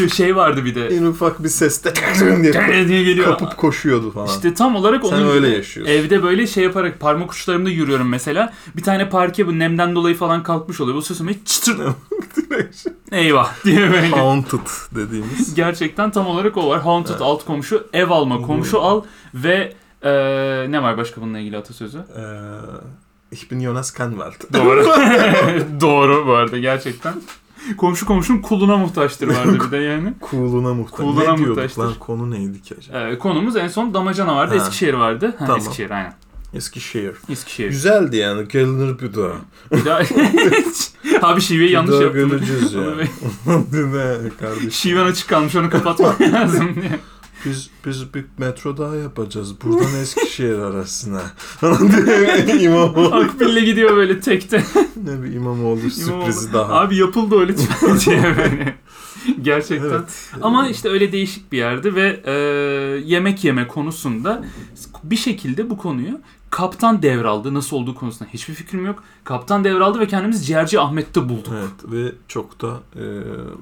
[SPEAKER 1] Yo, şey vardı bir de.
[SPEAKER 2] En ufak bir seste diye
[SPEAKER 1] diye geliyor.
[SPEAKER 2] kapıp koşuyordu falan.
[SPEAKER 1] İşte tam olarak
[SPEAKER 2] Sen
[SPEAKER 1] onun gibi.
[SPEAKER 2] öyle yaşıyorsun.
[SPEAKER 1] Evde böyle şey yaparak parmak uçlarımda yürüyorum mesela. Bir tane parke bu nemden dolayı falan kalkmış oluyor. Bu sesim hiç çıtır. Eyvah diye böyle.
[SPEAKER 2] Haunted dediğimiz.
[SPEAKER 1] Gerçekten tam olarak o var. Haunted
[SPEAKER 2] Evet.
[SPEAKER 1] alt komşu, ev alma,
[SPEAKER 2] Hı.
[SPEAKER 1] komşu al ve e, ne var başka bununla ilgili atasözü?
[SPEAKER 2] Ee, ich bin Jonas Kanwalt.
[SPEAKER 1] Doğru. Doğru bu arada gerçekten. Komşu komşunun kuluna muhtaçtır vardı bir de yani.
[SPEAKER 2] Cool'una muhtaç.
[SPEAKER 1] Cool'una
[SPEAKER 2] ne diyorduk
[SPEAKER 1] muhtaçtır.
[SPEAKER 2] lan? Konu neydi ki acaba?
[SPEAKER 1] E, konumuz en son damacana vardı,
[SPEAKER 2] Ha.
[SPEAKER 1] Eskişehir vardı. Ha,
[SPEAKER 2] Tamam.
[SPEAKER 1] Eskişehir aynen.
[SPEAKER 2] Eskişehir.
[SPEAKER 1] Eskişehir.
[SPEAKER 2] Güzeldi yani. Gelinir bir daha.
[SPEAKER 1] Bir daha... Abi şiveyi
[SPEAKER 2] Bir
[SPEAKER 1] yanlış
[SPEAKER 2] daha
[SPEAKER 1] yaptım.
[SPEAKER 2] göreceğiz ya.
[SPEAKER 1] Onu be-
[SPEAKER 2] ne kardeşim.
[SPEAKER 1] Şiven açık kalmış onu kapatmak lazım diye.
[SPEAKER 2] Biz, biz bir metro daha yapacağız. Buradan Eskişehir arasına. Diye İmamoğlu.
[SPEAKER 1] Akbil'le gidiyor böyle tekte.
[SPEAKER 2] Ne bir İmamoğlu sürprizi daha.
[SPEAKER 1] Abi yapıldı o lütfen diye böyle. Gerçekten. Ama işte öyle değişik bir yerdi ve e, yemek yeme konusunda bir şekilde bu konuyu kaptan devraldı. Nasıl olduğu konusunda hiçbir fikrim yok. Kaptan devraldı ve kendimiz ciğerci Ahmet'te bulduk.
[SPEAKER 2] Evet ve çok da e,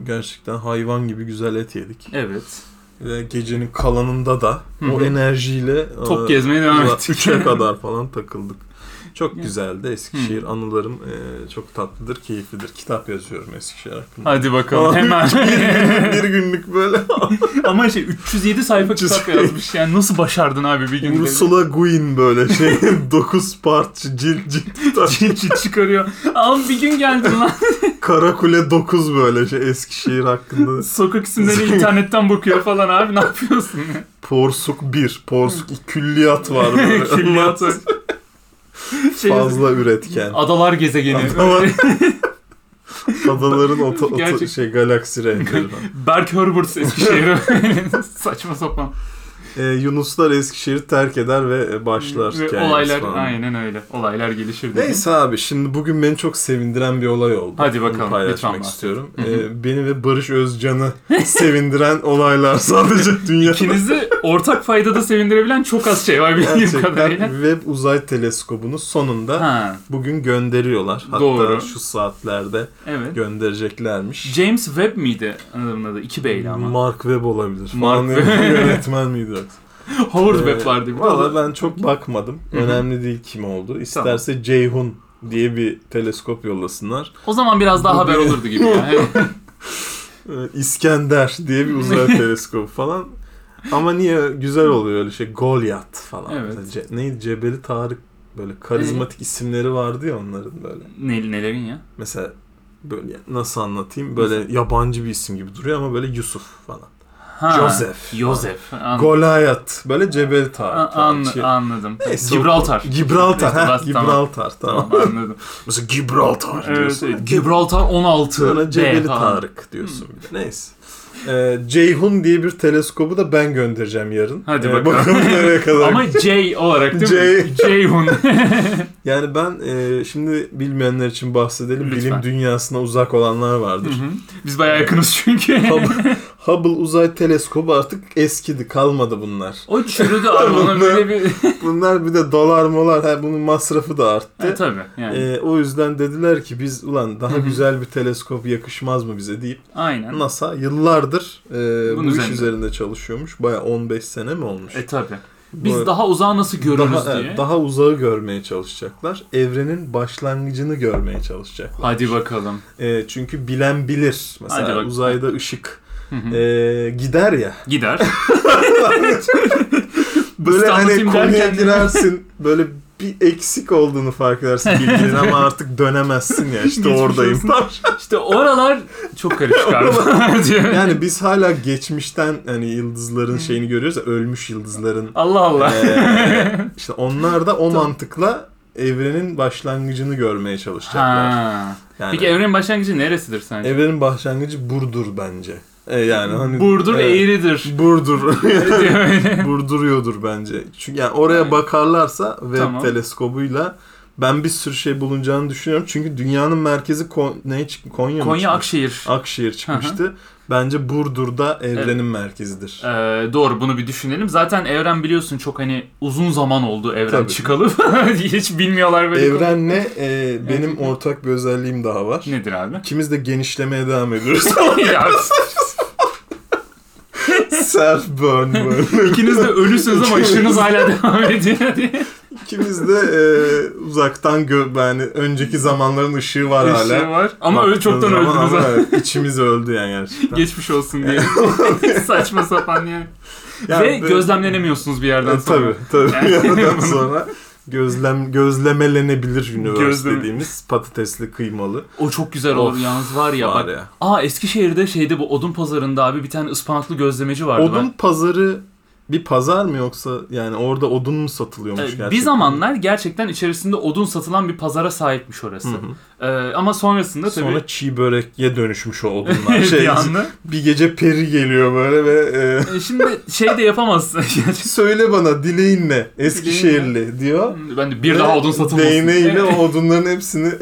[SPEAKER 2] gerçekten hayvan gibi güzel et yedik.
[SPEAKER 1] Evet.
[SPEAKER 2] Ve gecenin kalanında da
[SPEAKER 1] Hı
[SPEAKER 2] o
[SPEAKER 1] hı.
[SPEAKER 2] enerjiyle
[SPEAKER 1] Top
[SPEAKER 2] e,
[SPEAKER 1] gezmeye devam
[SPEAKER 2] Ulan
[SPEAKER 1] ettik.
[SPEAKER 2] Üçe kadar falan takıldık. Çok
[SPEAKER 1] Ya.
[SPEAKER 2] güzeldi. Eskişehir anılarım e, çok tatlıdır, keyiflidir. Kitap yazıyorum Eskişehir hakkında.
[SPEAKER 1] Hadi bakalım
[SPEAKER 2] Aa,
[SPEAKER 1] hemen.
[SPEAKER 2] bir günlük böyle
[SPEAKER 1] Ama şey 307 sayfa kitap
[SPEAKER 2] 307.
[SPEAKER 1] yazmış. Yani nasıl başardın abi bir günde?
[SPEAKER 2] Ursula Guin böyle şey 9 parça cilt cilt kitap.
[SPEAKER 1] Çinçi çıkarıyor. Abi bir gün geldin lan.
[SPEAKER 2] Karakule 9 böyle şey Eskişehir hakkında.
[SPEAKER 1] Sokak isimleri internetten bakıyor falan abi ne yapıyorsun?
[SPEAKER 2] Porsuk 1, Porsuk 2 külliyat var böyle.
[SPEAKER 1] Külliyat var. Şey,
[SPEAKER 2] Fazla üretken.
[SPEAKER 1] Adalar gezegeni.
[SPEAKER 2] Adalar- Adaların oto, oto-
[SPEAKER 1] Gerçek-
[SPEAKER 2] şey galaksi renkleri.
[SPEAKER 1] Berk Herbert Eskişehir'e. Saçma sapan.
[SPEAKER 2] e, Yunuslar Eskişehir'i terk eder ve başlar.
[SPEAKER 1] Ve
[SPEAKER 2] hikayemiz
[SPEAKER 1] olaylar
[SPEAKER 2] falan.
[SPEAKER 1] aynen öyle. Olaylar gelişir. dedim.
[SPEAKER 2] Neyse abi şimdi bugün beni çok sevindiren bir olay oldu.
[SPEAKER 1] Hadi
[SPEAKER 2] Bunu
[SPEAKER 1] bakalım,
[SPEAKER 2] paylaşmak
[SPEAKER 1] lütfen bahset.
[SPEAKER 2] istiyorum. Ee, beni ve Barış Özcan'ı sevindiren olaylar sadece dünyada.
[SPEAKER 1] İkinizi ortak faydada sevindirebilen çok az şey var bildiğim kadarıyla.
[SPEAKER 2] Gerçekten Webb Uzay Teleskobu'nu sonunda
[SPEAKER 1] Ha,
[SPEAKER 2] bugün gönderiyorlar. Hatta
[SPEAKER 1] Doğru.
[SPEAKER 2] şu saatlerde
[SPEAKER 1] evet.
[SPEAKER 2] göndereceklermiş.
[SPEAKER 1] James Webb miydi adamın adı? İki beyli ama.
[SPEAKER 2] Mark Webb olabilir.
[SPEAKER 1] Mark
[SPEAKER 2] Mark
[SPEAKER 1] Webb.
[SPEAKER 2] yönetmen miydi yoksa?
[SPEAKER 1] Howard
[SPEAKER 2] Ee,
[SPEAKER 1] Webb vardı. bir de.
[SPEAKER 2] Valla ben çok bakmadım.
[SPEAKER 1] Hı hı.
[SPEAKER 2] Önemli değil kim oldu. İsterse Ceyhun diye bir teleskop yollasınlar.
[SPEAKER 1] O zaman biraz daha
[SPEAKER 2] Bu
[SPEAKER 1] haber
[SPEAKER 2] bir-
[SPEAKER 1] olurdu gibi. Yani.
[SPEAKER 2] Ee, İskender diye bir uzay teleskobu falan. Ama niye güzel oluyor öyle şey? Goliath falan.
[SPEAKER 1] Evet.
[SPEAKER 2] Mesela Ce- neydi? Cebeli Tarık böyle karizmatik isimleri vardı ya onların böyle.
[SPEAKER 1] ne, nelerin ya?
[SPEAKER 2] Mesela böyle nasıl anlatayım? Böyle yabancı bir isim gibi duruyor ama böyle Yusuf falan.
[SPEAKER 1] Ha,
[SPEAKER 2] Joseph.
[SPEAKER 1] Joseph. An-
[SPEAKER 2] Goliath. Böyle Cebeli Tarık.
[SPEAKER 1] a-
[SPEAKER 2] falan.
[SPEAKER 1] an-
[SPEAKER 2] Şey-
[SPEAKER 1] anladım.
[SPEAKER 2] Neyse,
[SPEAKER 1] Gibraltar.
[SPEAKER 2] Gibraltar.
[SPEAKER 1] İşte
[SPEAKER 2] ha,
[SPEAKER 1] bas- tamam.
[SPEAKER 2] Gibraltar. Tamam.
[SPEAKER 1] Tamam, anladım.
[SPEAKER 2] Mesela Gibraltar
[SPEAKER 1] evet,
[SPEAKER 2] diyorsun.
[SPEAKER 1] evet. Gibraltar 16.
[SPEAKER 2] Sonra Cebeli
[SPEAKER 1] B falan.
[SPEAKER 2] Tarık diyorsun.
[SPEAKER 1] Hmm.
[SPEAKER 2] bir de. Neyse. Ee, Ceyhun diye bir teleskobu da ben göndereceğim yarın.
[SPEAKER 1] Hadi
[SPEAKER 2] Ee,
[SPEAKER 1] bakalım.
[SPEAKER 2] nereye kadar.
[SPEAKER 1] Ama J olarak değil mi? J-Hun.
[SPEAKER 2] Yani ben e, şimdi bilmeyenler için bahsedelim.
[SPEAKER 1] Lütfen.
[SPEAKER 2] Bilim dünyasına uzak olanlar vardır.
[SPEAKER 1] Biz bayağı yakınız çünkü.
[SPEAKER 2] Hubble, Hubble Uzay Teleskobu artık eskidi. Kalmadı bunlar.
[SPEAKER 1] o çürüdü abi ona böyle bir...
[SPEAKER 2] Bunlar bir de dolar molar. Ha, bunun masrafı da arttı.
[SPEAKER 1] e, tabii yani.
[SPEAKER 2] Ee, o yüzden dediler ki biz ulan daha
[SPEAKER 1] Hı hı.
[SPEAKER 2] güzel bir teleskop yakışmaz mı bize deyip
[SPEAKER 1] Aynen.
[SPEAKER 2] NASA yıllardır e, bu
[SPEAKER 1] Bunun
[SPEAKER 2] iş
[SPEAKER 1] üzerinde.
[SPEAKER 2] üzerinde çalışıyormuş. Baya 15 sene mi olmuş?
[SPEAKER 1] E tabii. Biz
[SPEAKER 2] Bu-
[SPEAKER 1] daha uzağı nasıl görürüz
[SPEAKER 2] daha,
[SPEAKER 1] diye.
[SPEAKER 2] evet, daha uzağı görmeye çalışacaklar. Evrenin başlangıcını görmeye çalışacaklar.
[SPEAKER 1] Hadi bakalım.
[SPEAKER 2] E, çünkü bilen bilir.
[SPEAKER 1] Hadi
[SPEAKER 2] Mesela
[SPEAKER 1] bak-
[SPEAKER 2] uzayda ışık
[SPEAKER 1] Hı hı.
[SPEAKER 2] e, gider ya.
[SPEAKER 1] Gider.
[SPEAKER 2] Böyle hani
[SPEAKER 1] Istanbul'im
[SPEAKER 2] konuya
[SPEAKER 1] derken-
[SPEAKER 2] girersin. Böyle bir eksik olduğunu fark edersin bilginin ama artık dönemezsin ya. İşte
[SPEAKER 1] Geçmiş
[SPEAKER 2] oradayım.
[SPEAKER 1] olsun. İşte oralar çok karışık abi. Diyor.
[SPEAKER 2] Yani biz hala geçmişten hani yıldızların şeyini görüyoruz ya ölmüş yıldızların.
[SPEAKER 1] Allah Allah.
[SPEAKER 2] Ee, işte onlar da o mantıkla evrenin başlangıcını görmeye çalışacaklar.
[SPEAKER 1] ha.
[SPEAKER 2] Yani
[SPEAKER 1] Peki evrenin başlangıcı neresidir sence?
[SPEAKER 2] evrenin başlangıcı Burdur bence. Ee, yani hani
[SPEAKER 1] Burdur
[SPEAKER 2] Evet.
[SPEAKER 1] eğridir.
[SPEAKER 2] Burdur.
[SPEAKER 1] Diyor.
[SPEAKER 2] Burduruyordur bence. Çünkü yani oraya
[SPEAKER 1] Aynen.
[SPEAKER 2] bakarlarsa web
[SPEAKER 1] Tamam.
[SPEAKER 2] teleskobuyla ben bir sürü şey bulunacağını düşünüyorum. Çünkü dünyanın merkezi Kon- neye çık- Konya mı?
[SPEAKER 1] Konya
[SPEAKER 2] çıkmış?
[SPEAKER 1] Akşehir.
[SPEAKER 2] Akşehir çıkmıştı. Bence Burdur'da evrenin merkezidir.
[SPEAKER 1] Ee, doğru bunu bir düşünelim. Zaten evren biliyorsun çok hani uzun zaman oldu evren
[SPEAKER 2] Tabii.
[SPEAKER 1] çıkalı. Hiç bilmiyorlar böyle.
[SPEAKER 2] Evrenle e, benim ortak bir özelliğim daha var.
[SPEAKER 1] Nedir abi?
[SPEAKER 2] İkimiz de genişlemeye devam ediyoruz.
[SPEAKER 1] ya,
[SPEAKER 2] Self burn burn.
[SPEAKER 1] ikiniz de ölüsünüz ama ışığınız hala devam ediyor diye.
[SPEAKER 2] İkimiz de e, uzaktan gö yani önceki zamanların ışığı var hala.
[SPEAKER 1] Işığı var. Ama
[SPEAKER 2] Baktığın
[SPEAKER 1] öyle çoktan
[SPEAKER 2] zaman
[SPEAKER 1] öldünüz.
[SPEAKER 2] ama
[SPEAKER 1] ha.
[SPEAKER 2] evet, içimiz öldü yani gerçekten.
[SPEAKER 1] Geçmiş olsun diye. Saçma sapan yani.
[SPEAKER 2] Yani
[SPEAKER 1] Ve
[SPEAKER 2] böyle-
[SPEAKER 1] gözlemlenemiyorsunuz bir yerden
[SPEAKER 2] E,
[SPEAKER 1] sonra.
[SPEAKER 2] Tabii tabii.
[SPEAKER 1] Yani-
[SPEAKER 2] Bir yerden sonra gözlem gözlemelenebilir universe
[SPEAKER 1] Gözleme-
[SPEAKER 2] dediğimiz patatesli kıymalı
[SPEAKER 1] O çok güzel
[SPEAKER 2] Of,
[SPEAKER 1] olur yalnız var ya
[SPEAKER 2] var
[SPEAKER 1] bak.
[SPEAKER 2] ya.
[SPEAKER 1] Aa Eskişehir'de şeyde bu odun pazarında abi bir tane ıspanaklı gözlemeci vardı.
[SPEAKER 2] Odun
[SPEAKER 1] ben.
[SPEAKER 2] pazarı bir pazar mı yoksa yani orada odun mu satılıyormuş
[SPEAKER 1] Ee,
[SPEAKER 2] gerçekten?
[SPEAKER 1] Bir zamanlar gerçekten içerisinde odun satılan bir pazara sahipmiş
[SPEAKER 2] Hı
[SPEAKER 1] orası.
[SPEAKER 2] hı.
[SPEAKER 1] Ee, ama sonrasında tabii
[SPEAKER 2] Sonra çiğ böreğe dönüşmüş o odunlar.
[SPEAKER 1] bir
[SPEAKER 2] şey,
[SPEAKER 1] anda.
[SPEAKER 2] bir gece peri geliyor böyle ve e,
[SPEAKER 1] Ee, Şimdi şey de yapamazsın. Gerçekten.
[SPEAKER 2] söyle bana dileğin ne Eskişehirli diyor.
[SPEAKER 1] ben de bir daha
[SPEAKER 2] Ve
[SPEAKER 1] odun satılmasın.
[SPEAKER 2] Değneğiyle o odunların hepsini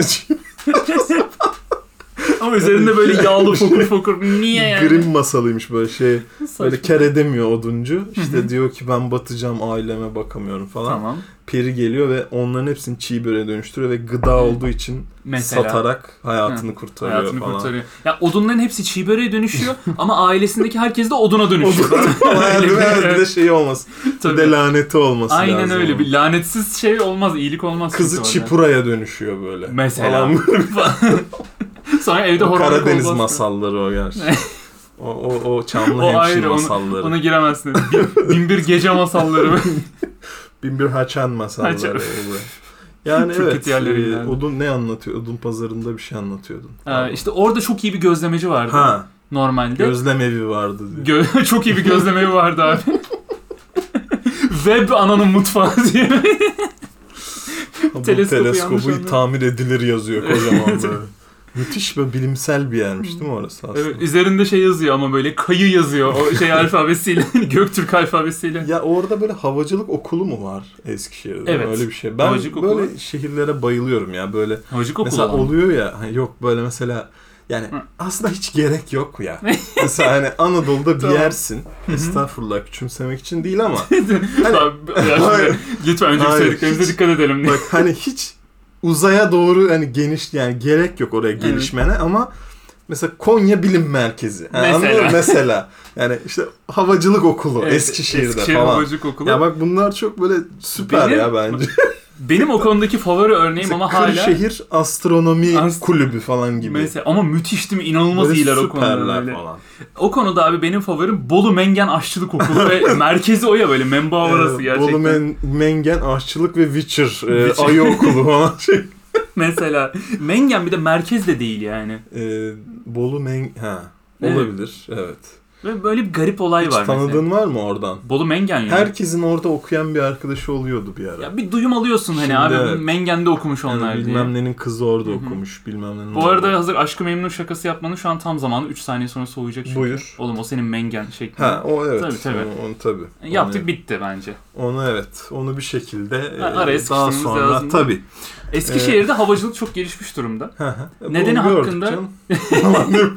[SPEAKER 1] ama üzerinde böyle yağlı fokur fokur. Niye yani?
[SPEAKER 2] Grimm masalıymış böyle şey. Böyle
[SPEAKER 1] Saçma.
[SPEAKER 2] ker edemiyor oduncu. İşte diyor ki ben batacağım aileme bakamıyorum falan.
[SPEAKER 1] Tamam.
[SPEAKER 2] Peri geliyor ve onların hepsini çiğ böreğe dönüştürüyor ve gıda olduğu için
[SPEAKER 1] Mesela.
[SPEAKER 2] satarak hayatını kurtarıyor
[SPEAKER 1] Hayatını
[SPEAKER 2] falan.
[SPEAKER 1] kurtarıyor. Ya odunların hepsi çiğ böreğe dönüşüyor ama ailesindeki herkes de oduna dönüşüyor.
[SPEAKER 2] Odun falan değil mi? Evet, bir de şey olmasın. Bir
[SPEAKER 1] Tabii.
[SPEAKER 2] de laneti olması lazım.
[SPEAKER 1] Aynen öyle.
[SPEAKER 2] onun.
[SPEAKER 1] Bir lanetsiz şey olmaz, iyilik olmaz.
[SPEAKER 2] Kızı
[SPEAKER 1] çünkü
[SPEAKER 2] Çipura'ya dönüşüyor böyle.
[SPEAKER 1] Mesela.
[SPEAKER 2] Falan.
[SPEAKER 1] orada. Sonra evde
[SPEAKER 2] O
[SPEAKER 1] horon
[SPEAKER 2] Karadeniz masalları o gerçekten. o, o, o Çamlıhemşin
[SPEAKER 1] O ayrı, onu-
[SPEAKER 2] masalları.
[SPEAKER 1] Ona giremezsin. Bin, bin bir gece masalları.
[SPEAKER 2] Binbir Haçan masalları.
[SPEAKER 1] Haçan.
[SPEAKER 2] oldu. Yani
[SPEAKER 1] Çok
[SPEAKER 2] evet.
[SPEAKER 1] kötü yerlere
[SPEAKER 2] e,
[SPEAKER 1] geldi.
[SPEAKER 2] odun ne anlatıyor? Odun pazarında bir şey anlatıyordun.
[SPEAKER 1] ee, işte orada çok iyi bir gözlemeci vardı.
[SPEAKER 2] ha,
[SPEAKER 1] Normalde.
[SPEAKER 2] gözlem evi vardı diyor.
[SPEAKER 1] Gö- çok iyi bir gözlemeyi vardı abi. Web ananın mutfağı diye.
[SPEAKER 2] Bu
[SPEAKER 1] Teleskobu yanlış
[SPEAKER 2] teleskobu
[SPEAKER 1] anladım.
[SPEAKER 2] tamir edilir yazıyor kocaman böyle. Müthiş ve bilimsel bir yermiş değil mi orası aslında?
[SPEAKER 1] Evet, üzerinde şey yazıyor ama böyle kayı yazıyor o şey alfabesiyle, Göktürk alfabesiyle.
[SPEAKER 2] Ya orada böyle havacılık okulu mu var Eskişehir'de?
[SPEAKER 1] Evet.
[SPEAKER 2] Öyle bir şey. Ben
[SPEAKER 1] Havacılık
[SPEAKER 2] böyle
[SPEAKER 1] okulu.
[SPEAKER 2] şehirlere bayılıyorum ya. Böyle
[SPEAKER 1] Havacık okulu
[SPEAKER 2] mesela
[SPEAKER 1] ama.
[SPEAKER 2] oluyor ya hani yok böyle mesela yani
[SPEAKER 1] Hı.
[SPEAKER 2] aslında hiç gerek yok ya. mesela hani Anadolu'da bir
[SPEAKER 1] Tamam.
[SPEAKER 2] yersin. Estağfurullah küçümsemek için değil ama
[SPEAKER 1] Tamam, ya şimdi
[SPEAKER 2] Hayır.
[SPEAKER 1] lütfen önceki
[SPEAKER 2] Hayır,
[SPEAKER 1] söylediklerimize
[SPEAKER 2] hiç-
[SPEAKER 1] dikkat edelim. diye.
[SPEAKER 2] bak hani hiç uzaya doğru hani geniş yani gerek yok oraya gelişmene ama mesela Konya Bilim Merkezi. Yani
[SPEAKER 1] Mesela.
[SPEAKER 2] anladın mı? mesela. Yani işte havacılık okulu
[SPEAKER 1] Evet,
[SPEAKER 2] Eskişehir'de
[SPEAKER 1] Eskişehir
[SPEAKER 2] falan.
[SPEAKER 1] Havacık Okulu.
[SPEAKER 2] Ya bak bunlar çok böyle süper
[SPEAKER 1] Benim-
[SPEAKER 2] ya bence.
[SPEAKER 1] Benim o konudaki favori örneğim ama
[SPEAKER 2] Mesela
[SPEAKER 1] hala
[SPEAKER 2] Kırşehir Astronomi
[SPEAKER 1] Ast-
[SPEAKER 2] Kulübü falan gibi.
[SPEAKER 1] mesela ama müthiş değil mi? İnanılmaz
[SPEAKER 2] Böyle
[SPEAKER 1] iyiler o konuda.
[SPEAKER 2] süperler
[SPEAKER 1] böyle.
[SPEAKER 2] falan.
[SPEAKER 1] O konuda abi benim favorim Bolu Mengen Aşçılık Okulu ve merkezi o ya böyle menba orası
[SPEAKER 2] Ee,
[SPEAKER 1] gerçekten.
[SPEAKER 2] Bolu Men- Mengen Aşçılık ve Witcher, e,
[SPEAKER 1] Witcher.
[SPEAKER 2] Ayı Okulu falan şey.
[SPEAKER 1] Mesela Mengen bir de merkez de değil yani.
[SPEAKER 2] Ee, Bolu Men... Ha.
[SPEAKER 1] Evet.
[SPEAKER 2] Olabilir. Evet.
[SPEAKER 1] Ve böyle bir garip olay
[SPEAKER 2] Hiç
[SPEAKER 1] var mesela.
[SPEAKER 2] tanıdığın var mı oradan?
[SPEAKER 1] Bolu Mengen yani.
[SPEAKER 2] Herkesin orada okuyan bir arkadaşı oluyordu bir ara.
[SPEAKER 1] Ya bir duyum alıyorsun hani
[SPEAKER 2] Şimdi
[SPEAKER 1] abi
[SPEAKER 2] evet.
[SPEAKER 1] Mengen'de okumuş
[SPEAKER 2] Yani
[SPEAKER 1] onlar diye.
[SPEAKER 2] bilmem nenin kızı orada
[SPEAKER 1] Hı hı.
[SPEAKER 2] okumuş. Bilmem nenin
[SPEAKER 1] Bu arada
[SPEAKER 2] orada-
[SPEAKER 1] hazır Aşkı Memnun şakası yapmanın şu an tam zamanı. 3 saniye sonra soğuyacak çünkü.
[SPEAKER 2] Buyur.
[SPEAKER 1] Oğlum o senin Mengen şeklinde.
[SPEAKER 2] Ha o evet.
[SPEAKER 1] Şey- Tabii, tabii. E,
[SPEAKER 2] Onu, onu tabii.
[SPEAKER 1] Yaptık
[SPEAKER 2] Onu,
[SPEAKER 1] bitti bence.
[SPEAKER 2] onu evet. Onu bir şekilde e,
[SPEAKER 1] Ha, araya
[SPEAKER 2] daha
[SPEAKER 1] sıkıştırmamız
[SPEAKER 2] sonra
[SPEAKER 1] lazım.
[SPEAKER 2] tabii.
[SPEAKER 1] Eskişehir'de havacılık çok gelişmiş durumda.
[SPEAKER 2] Hı hı.
[SPEAKER 1] Nedeni
[SPEAKER 2] Bunu E, gördük
[SPEAKER 1] hakkında-
[SPEAKER 2] canım. Falan diyor.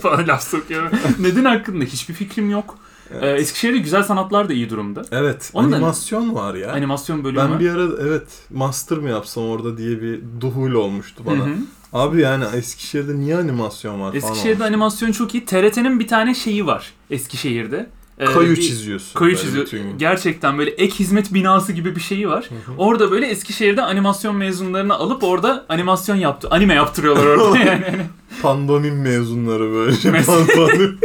[SPEAKER 1] Falan laf sokuyorum. Neden hakkında hiçbir fikrim yok.
[SPEAKER 2] Evet.
[SPEAKER 1] Ee, Eskişehir'de güzel sanatlar da iyi durumda.
[SPEAKER 2] Evet.
[SPEAKER 1] Onu da-
[SPEAKER 2] animasyon var ya.
[SPEAKER 1] Animasyon bölümü
[SPEAKER 2] ben
[SPEAKER 1] var.
[SPEAKER 2] bir ara evet master mı yapsam orada diye bir duhul olmuştu bana.
[SPEAKER 1] Hı hı.
[SPEAKER 2] Abi yani Eskişehir'de niye animasyon var falan
[SPEAKER 1] Eskişehir'de
[SPEAKER 2] olmuş.
[SPEAKER 1] animasyon çok iyi. TRT'nin bir tane şeyi var Eskişehir'de. Ee,
[SPEAKER 2] Kayu
[SPEAKER 1] bir-
[SPEAKER 2] çiziyorsun.
[SPEAKER 1] Kayu
[SPEAKER 2] böyle
[SPEAKER 1] çiziyor.
[SPEAKER 2] bütün gün.
[SPEAKER 1] Gerçekten böyle ek hizmet binası gibi bir şeyi var.
[SPEAKER 2] Hı hı.
[SPEAKER 1] Orada böyle Eskişehir'de animasyon mezunlarını alıp orada animasyon yaptı. Anime yaptırıyorlar orada yani.
[SPEAKER 2] Pandomim mezunları böyle.
[SPEAKER 1] Mesela-
[SPEAKER 2] Pandomim.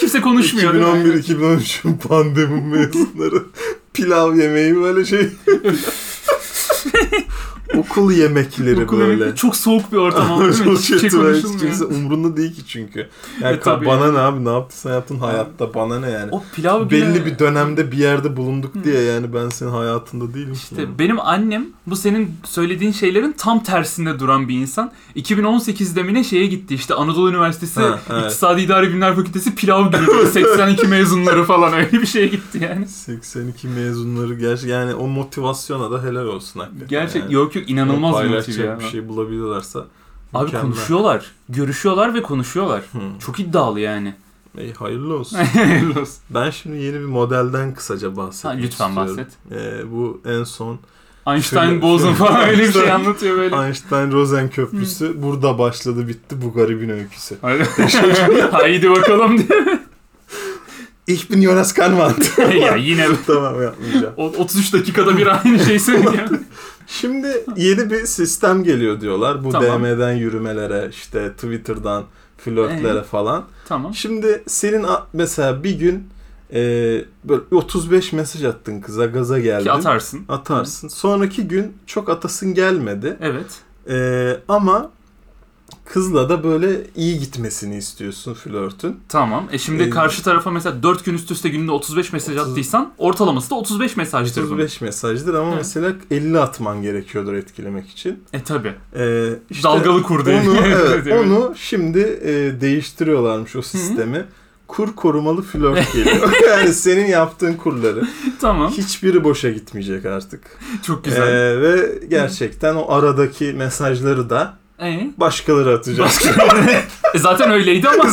[SPEAKER 1] Kimse konuşmuyor. değil mi?
[SPEAKER 2] 2011-2013 pandemi mezunları. Pilav yemeği böyle şey. Okul yemekleri
[SPEAKER 1] Okul
[SPEAKER 2] böyle.
[SPEAKER 1] yemekleri Çok soğuk bir ortam ama değil mi?
[SPEAKER 2] Çok
[SPEAKER 1] Hiçbir şey
[SPEAKER 2] kötü böyle. Hiç
[SPEAKER 1] konuşulmuyor.
[SPEAKER 2] kimse umrunda değil ki çünkü. Yani
[SPEAKER 1] E, tabii.
[SPEAKER 2] bana ne abi ne yaptıysan yaptın hayatta bana ne yani.
[SPEAKER 1] O pilav günü-
[SPEAKER 2] Belli bir dönemde bir yerde bulunduk diye yani ben senin hayatında değilim.
[SPEAKER 1] İşte benim annem bu senin söylediğin şeylerin tam tersinde duran bir insan. 2018'de mi ne şeye gitti işte Anadolu Üniversitesi
[SPEAKER 2] Ha, evet.
[SPEAKER 1] İktisadi İdare Bilimler Fakültesi pilav günü 82 mezunları falan öyle bir şeye gitti yani.
[SPEAKER 2] 82 mezunları gerçek yani o motivasyona da helal olsun hakikaten.
[SPEAKER 1] Gerçek
[SPEAKER 2] yani.
[SPEAKER 1] yok yok
[SPEAKER 2] Yani
[SPEAKER 1] inanılmaz bir
[SPEAKER 2] paylaşacak
[SPEAKER 1] motiv ya.
[SPEAKER 2] bir şey bulabilirlerse
[SPEAKER 1] Abi
[SPEAKER 2] mükemmel.
[SPEAKER 1] konuşuyorlar, görüşüyorlar ve konuşuyorlar.
[SPEAKER 2] Hı.
[SPEAKER 1] Çok iddialı yani.
[SPEAKER 2] İyi, hayırlı olsun.
[SPEAKER 1] Helal olsun.
[SPEAKER 2] ben şimdi yeni bir modelden kısaca
[SPEAKER 1] ha,
[SPEAKER 2] bahsetmek
[SPEAKER 1] lütfen
[SPEAKER 2] istiyorum.
[SPEAKER 1] bahset.
[SPEAKER 2] Ee, bu en son
[SPEAKER 1] Einstein
[SPEAKER 2] Şöyle-
[SPEAKER 1] Bozun falan öyle bir şey
[SPEAKER 2] Einstein-
[SPEAKER 1] anlatıyor böyle.
[SPEAKER 2] Einstein-Rosen köprüsü burada başladı bitti bu garibin öyküsü.
[SPEAKER 1] Haydi bakalım diye.
[SPEAKER 2] Ich bin Jonas Kalmant.
[SPEAKER 1] ya yine
[SPEAKER 2] tamam yapmayacağım.
[SPEAKER 1] o- 33 dakikada bir aynı şey söylüyor.
[SPEAKER 2] Şimdi yeni bir sistem geliyor diyorlar. Bu
[SPEAKER 1] Tamam.
[SPEAKER 2] DM'den yürümelere, işte Twitter'dan flörtlere
[SPEAKER 1] Ee?
[SPEAKER 2] falan.
[SPEAKER 1] tamam.
[SPEAKER 2] Şimdi senin a- mesela bir gün e, böyle 35 mesaj attın kıza, gaza geldin.
[SPEAKER 1] Ki atarsın.
[SPEAKER 2] Atarsın. Sonraki gün çok atasın gelmedi.
[SPEAKER 1] Evet.
[SPEAKER 2] E, ama kızla da böyle iyi gitmesini istiyorsun flörtün.
[SPEAKER 1] Tamam. E şimdi
[SPEAKER 2] Ee,
[SPEAKER 1] karşı tarafa mesela 4 gün üst üste günde 35 mesaj
[SPEAKER 2] 30
[SPEAKER 1] attıysan ortalaması da 35 mesajdır bunun.
[SPEAKER 2] 35 mesajdır ama
[SPEAKER 1] Hı.
[SPEAKER 2] mesela 50 atman gerekiyordur etkilemek için.
[SPEAKER 1] E tabi.
[SPEAKER 2] E, işte-
[SPEAKER 1] Dalgalı kurdu.
[SPEAKER 2] Onu, evet, onu şimdi e, değiştiriyorlarmış o sistemi. Kur korumalı flört geliyor. yani senin yaptığın kurları.
[SPEAKER 1] Tamam.
[SPEAKER 2] Hiçbiri boşa gitmeyecek artık.
[SPEAKER 1] Çok güzel.
[SPEAKER 2] E, ve gerçekten o aradaki mesajları da
[SPEAKER 1] E?
[SPEAKER 2] başkaları atacak.
[SPEAKER 1] E zaten öyleydi ama.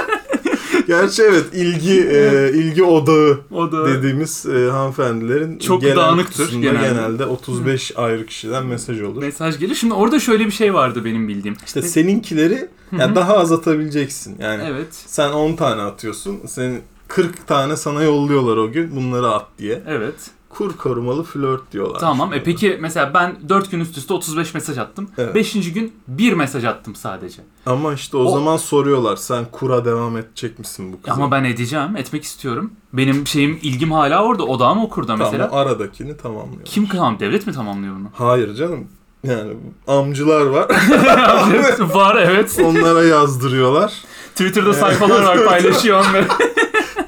[SPEAKER 2] Gerçi evet ilgi e, ilgi odağı
[SPEAKER 1] o da.
[SPEAKER 2] dediğimiz e, hanımefendilerin
[SPEAKER 1] Çok
[SPEAKER 2] genel
[SPEAKER 1] dağınıktır
[SPEAKER 2] kutusunda
[SPEAKER 1] genelde.
[SPEAKER 2] genelde. 35 ayrı kişiden mesaj olur.
[SPEAKER 1] Mesaj gelir. Şimdi orada şöyle bir şey vardı benim bildiğim.
[SPEAKER 2] İşte seninkileri
[SPEAKER 1] Hı
[SPEAKER 2] ya
[SPEAKER 1] hı.
[SPEAKER 2] daha az atabileceksin. Yani
[SPEAKER 1] Evet.
[SPEAKER 2] Sen 10 tane atıyorsun. Senin 40 tane sana yolluyorlar o gün bunları at diye.
[SPEAKER 1] Evet.
[SPEAKER 2] Kur korumalı flört diyorlar.
[SPEAKER 1] Tamam.
[SPEAKER 2] Şimdi.
[SPEAKER 1] E peki mesela ben 4 gün üst üste 35 mesaj attım.
[SPEAKER 2] Evet.
[SPEAKER 1] 5. gün 1 mesaj attım sadece. E
[SPEAKER 2] Ama işte o,
[SPEAKER 1] O-
[SPEAKER 2] zaman soruyorlar sen kura devam edecek misin bu kıza?
[SPEAKER 1] Ama ben edeceğim, etmek istiyorum. Benim şeyim ilgim hala orada. Odağım o kurda
[SPEAKER 2] Tamam,
[SPEAKER 1] mesela.
[SPEAKER 2] aradakini tamamlıyor.
[SPEAKER 1] Kim tamam devlet mi tamamlıyor bunu?
[SPEAKER 2] Hayır canım. Yani amcılar var.
[SPEAKER 1] Evet, var evet.
[SPEAKER 2] Onlara yazdırıyorlar.
[SPEAKER 1] Twitter'da sayfalar var paylaşıyor onları.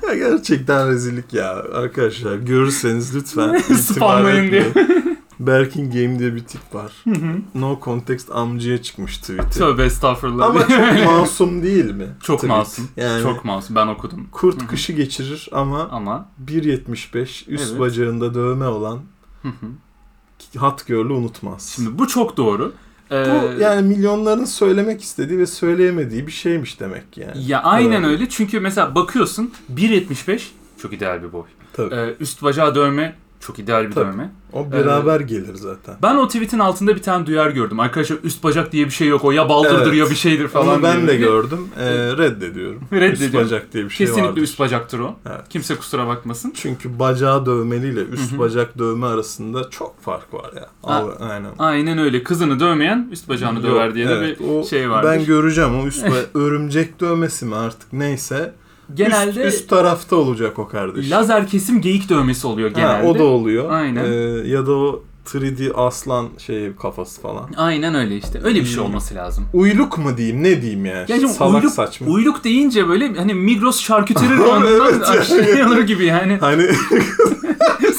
[SPEAKER 2] Ya gerçekten rezillik ya. Arkadaşlar görürseniz lütfen itibar
[SPEAKER 1] Spamlayın
[SPEAKER 2] etmeyin. Berkin Game diye bir tip var.
[SPEAKER 1] Hı hı.
[SPEAKER 2] No Context amcaya çıkmış tweet'i.
[SPEAKER 1] Tövbe estağfurullah.
[SPEAKER 2] Ama çok masum değil mi?
[SPEAKER 1] Çok
[SPEAKER 2] Tweet.
[SPEAKER 1] masum.
[SPEAKER 2] Yani
[SPEAKER 1] Çok masum. Ben okudum.
[SPEAKER 2] kurt kışı geçirir ama
[SPEAKER 1] Ama
[SPEAKER 2] 1.75 üst
[SPEAKER 1] Evet.
[SPEAKER 2] bacağında dövme olan
[SPEAKER 1] hı hı.
[SPEAKER 2] hat girl'ü unutmaz.
[SPEAKER 1] şimdi bu çok doğru. Ee,
[SPEAKER 2] Bu yani milyonların söylemek istediği ve söyleyemediği bir şeymiş demek ki yani.
[SPEAKER 1] Ya aynen
[SPEAKER 2] Tabii.
[SPEAKER 1] öyle. Çünkü mesela bakıyorsun 1.75 çok ideal bir boy.
[SPEAKER 2] Tabii.
[SPEAKER 1] Ee, üst bacağı dövme çok ideal bir
[SPEAKER 2] Tabii.
[SPEAKER 1] dövme.
[SPEAKER 2] O beraber gelir zaten.
[SPEAKER 1] Ben o tweetin altında bir tane duyar gördüm. Arkadaşlar üst bacak diye bir şey yok. O ya baldırdır
[SPEAKER 2] Evet.
[SPEAKER 1] ya bir şeydir falan.
[SPEAKER 2] Onu ben
[SPEAKER 1] diye.
[SPEAKER 2] de gördüm. Ee, reddediyorum. Üst
[SPEAKER 1] Reddediyorum.
[SPEAKER 2] bacak diye bir şey
[SPEAKER 1] Kesinlikle
[SPEAKER 2] vardır.
[SPEAKER 1] üst bacaktır o.
[SPEAKER 2] Evet.
[SPEAKER 1] Kimse kusura bakmasın.
[SPEAKER 2] Çünkü bacağı dövmeliyle üst
[SPEAKER 1] Hı hı.
[SPEAKER 2] bacak dövme arasında çok fark var ya.
[SPEAKER 1] Ha.
[SPEAKER 2] Al- Aynen.
[SPEAKER 1] Aynen öyle. Kızını dövmeyen üst bacağını
[SPEAKER 2] Yok,
[SPEAKER 1] döver diye de
[SPEAKER 2] evet,
[SPEAKER 1] bir
[SPEAKER 2] o-
[SPEAKER 1] şey vardır.
[SPEAKER 2] Ben göreceğim o üst ba- örümcek dövmesi mi artık neyse.
[SPEAKER 1] genelde
[SPEAKER 2] üst, üst tarafta olacak o kardeş.
[SPEAKER 1] lazer kesim geyik dövmesi oluyor
[SPEAKER 2] ha,
[SPEAKER 1] genelde.
[SPEAKER 2] o da oluyor.
[SPEAKER 1] Aynen.
[SPEAKER 2] Ee, ya da o 3D aslan şeyi kafası falan.
[SPEAKER 1] Aynen öyle işte. Öyle bir şey
[SPEAKER 2] Hmm.
[SPEAKER 1] olması lazım.
[SPEAKER 2] Uyluk mu diyeyim ne diyeyim yani.
[SPEAKER 1] Ya canım,
[SPEAKER 2] Salak
[SPEAKER 1] uyluk-
[SPEAKER 2] saçma.
[SPEAKER 1] Uyluk deyince böyle hani Migros şarküteri
[SPEAKER 2] Evet,
[SPEAKER 1] reyonundan
[SPEAKER 2] yani.
[SPEAKER 1] şey alır gibi yani.
[SPEAKER 2] hani,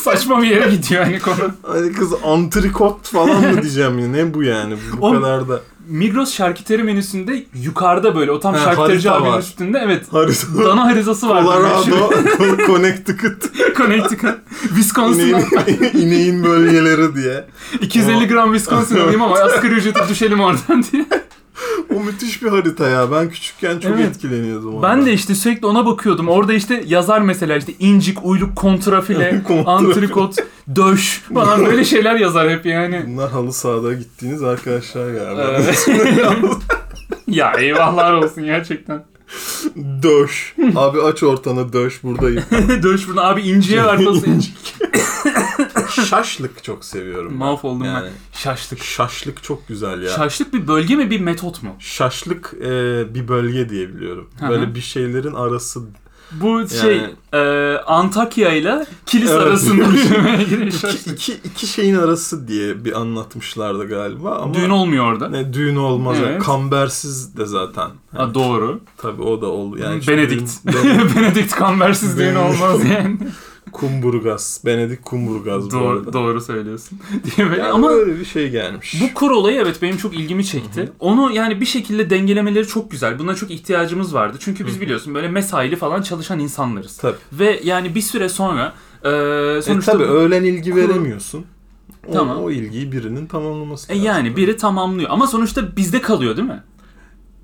[SPEAKER 1] Saçma bir yere gidiyor hani konu.
[SPEAKER 2] hani kız antrikot falan mı diyeceğim ya ne bu yani bu
[SPEAKER 1] Oğlum,
[SPEAKER 2] kadar da
[SPEAKER 1] Migros şarküteri menüsünde yukarıda böyle o tam
[SPEAKER 2] Ha,
[SPEAKER 1] şarküterici
[SPEAKER 2] harita
[SPEAKER 1] abinin
[SPEAKER 2] var.
[SPEAKER 1] üstünde evet.
[SPEAKER 2] harita
[SPEAKER 1] Dana harizası var.
[SPEAKER 2] Colorado Connecticut
[SPEAKER 1] Connecticut.
[SPEAKER 2] ineğin,
[SPEAKER 1] Wisconsin.
[SPEAKER 2] ineğin bölgeleri diye
[SPEAKER 1] 250 gram Wisconsin alayım ama asgari ücrete düşelim oradan diye.
[SPEAKER 2] o müthiş bir harita ya ben küçükken çok
[SPEAKER 1] Evet.
[SPEAKER 2] etkileniyordum ondan.
[SPEAKER 1] Ben de işte sürekli ona bakıyordum. Orada işte yazar mesela işte incik, uyluk, kontrafile,
[SPEAKER 2] Kontrafile.
[SPEAKER 1] antrikot, döş falan böyle şeyler yazar hep yani.
[SPEAKER 2] Bunlar halı sahada gittiğiniz arkadaşlar galiba.
[SPEAKER 1] Ee, ya eyvahlar olsun gerçekten.
[SPEAKER 2] döş. Abi aç ortanı döş buradayım.
[SPEAKER 1] Döş bunu abi inciye ver pası inci.
[SPEAKER 2] Şaşlık çok seviyorum. ben.
[SPEAKER 1] Mahvoldum
[SPEAKER 2] Yani
[SPEAKER 1] ben. Şaşlık.
[SPEAKER 2] şaşlık çok güzel ya.
[SPEAKER 1] Şaşlık bir bölge mi bir metot mu?
[SPEAKER 2] Şaşlık e, bir bölge diye biliyorum.
[SPEAKER 1] Hı hı.
[SPEAKER 2] Böyle bir şeylerin arası.
[SPEAKER 1] Bu şey e, Antakya ile Kilis
[SPEAKER 2] Evet.
[SPEAKER 1] arasında bir şey.
[SPEAKER 2] İki,
[SPEAKER 1] Şaşlık.
[SPEAKER 2] iki, iki şeyin arası diye bir anlatmışlardı galiba ama
[SPEAKER 1] Düğün olmuyor orada.
[SPEAKER 2] ne düğün olmaz.
[SPEAKER 1] Evet.
[SPEAKER 2] Kambersiz de zaten.
[SPEAKER 1] Ha, doğru.
[SPEAKER 2] Tabii o da ol yani. işte
[SPEAKER 1] Benedikt.
[SPEAKER 2] düğün- Benedikt
[SPEAKER 1] Benedikt Kambersiz düğün
[SPEAKER 2] Benedikt.
[SPEAKER 1] olmaz yani.
[SPEAKER 2] Kumburgaz. Benedikt Kumburgaz bu
[SPEAKER 1] doğru,
[SPEAKER 2] arada.
[SPEAKER 1] doğru söylüyorsun. Diye böyle.
[SPEAKER 2] Yani
[SPEAKER 1] Ama
[SPEAKER 2] böyle bir şey gelmiş.
[SPEAKER 1] Bu kur olayı evet benim çok ilgimi çekti. Onu yani bir şekilde dengelemeleri çok güzel. Buna çok ihtiyacımız vardı. Çünkü biz
[SPEAKER 2] Hı hı.
[SPEAKER 1] biliyorsun böyle mesaili falan çalışan insanlarız.
[SPEAKER 2] Tabii.
[SPEAKER 1] Ve yani bir süre sonra e,
[SPEAKER 2] E
[SPEAKER 1] sonuçta
[SPEAKER 2] tabii
[SPEAKER 1] bu-
[SPEAKER 2] öğlen ilgi
[SPEAKER 1] Kuru-
[SPEAKER 2] veremiyorsun. O,
[SPEAKER 1] Tamam.
[SPEAKER 2] o ilgiyi birinin tamamlaması
[SPEAKER 1] e,
[SPEAKER 2] lazım.
[SPEAKER 1] yani biri tamamlıyor. Ama sonuçta bizde kalıyor değil mi?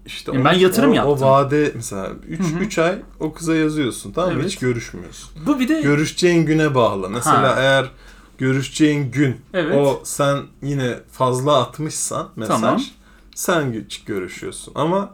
[SPEAKER 2] işte
[SPEAKER 1] Yani ben yatırım
[SPEAKER 2] o, O
[SPEAKER 1] yaptım.
[SPEAKER 2] vade mesela
[SPEAKER 1] Hı hı.
[SPEAKER 2] 3 ay o kıza yazıyorsun tamam mı?
[SPEAKER 1] Evet.
[SPEAKER 2] Hiç görüşmüyorsun.
[SPEAKER 1] Bu bir de
[SPEAKER 2] Görüşeceğin güne bağlı. Mesela
[SPEAKER 1] Ha.
[SPEAKER 2] eğer görüşeceğin gün
[SPEAKER 1] evet.
[SPEAKER 2] o sen yine fazla atmışsan mesaj
[SPEAKER 1] Tamam.
[SPEAKER 2] sen gü- görüşüyorsun ama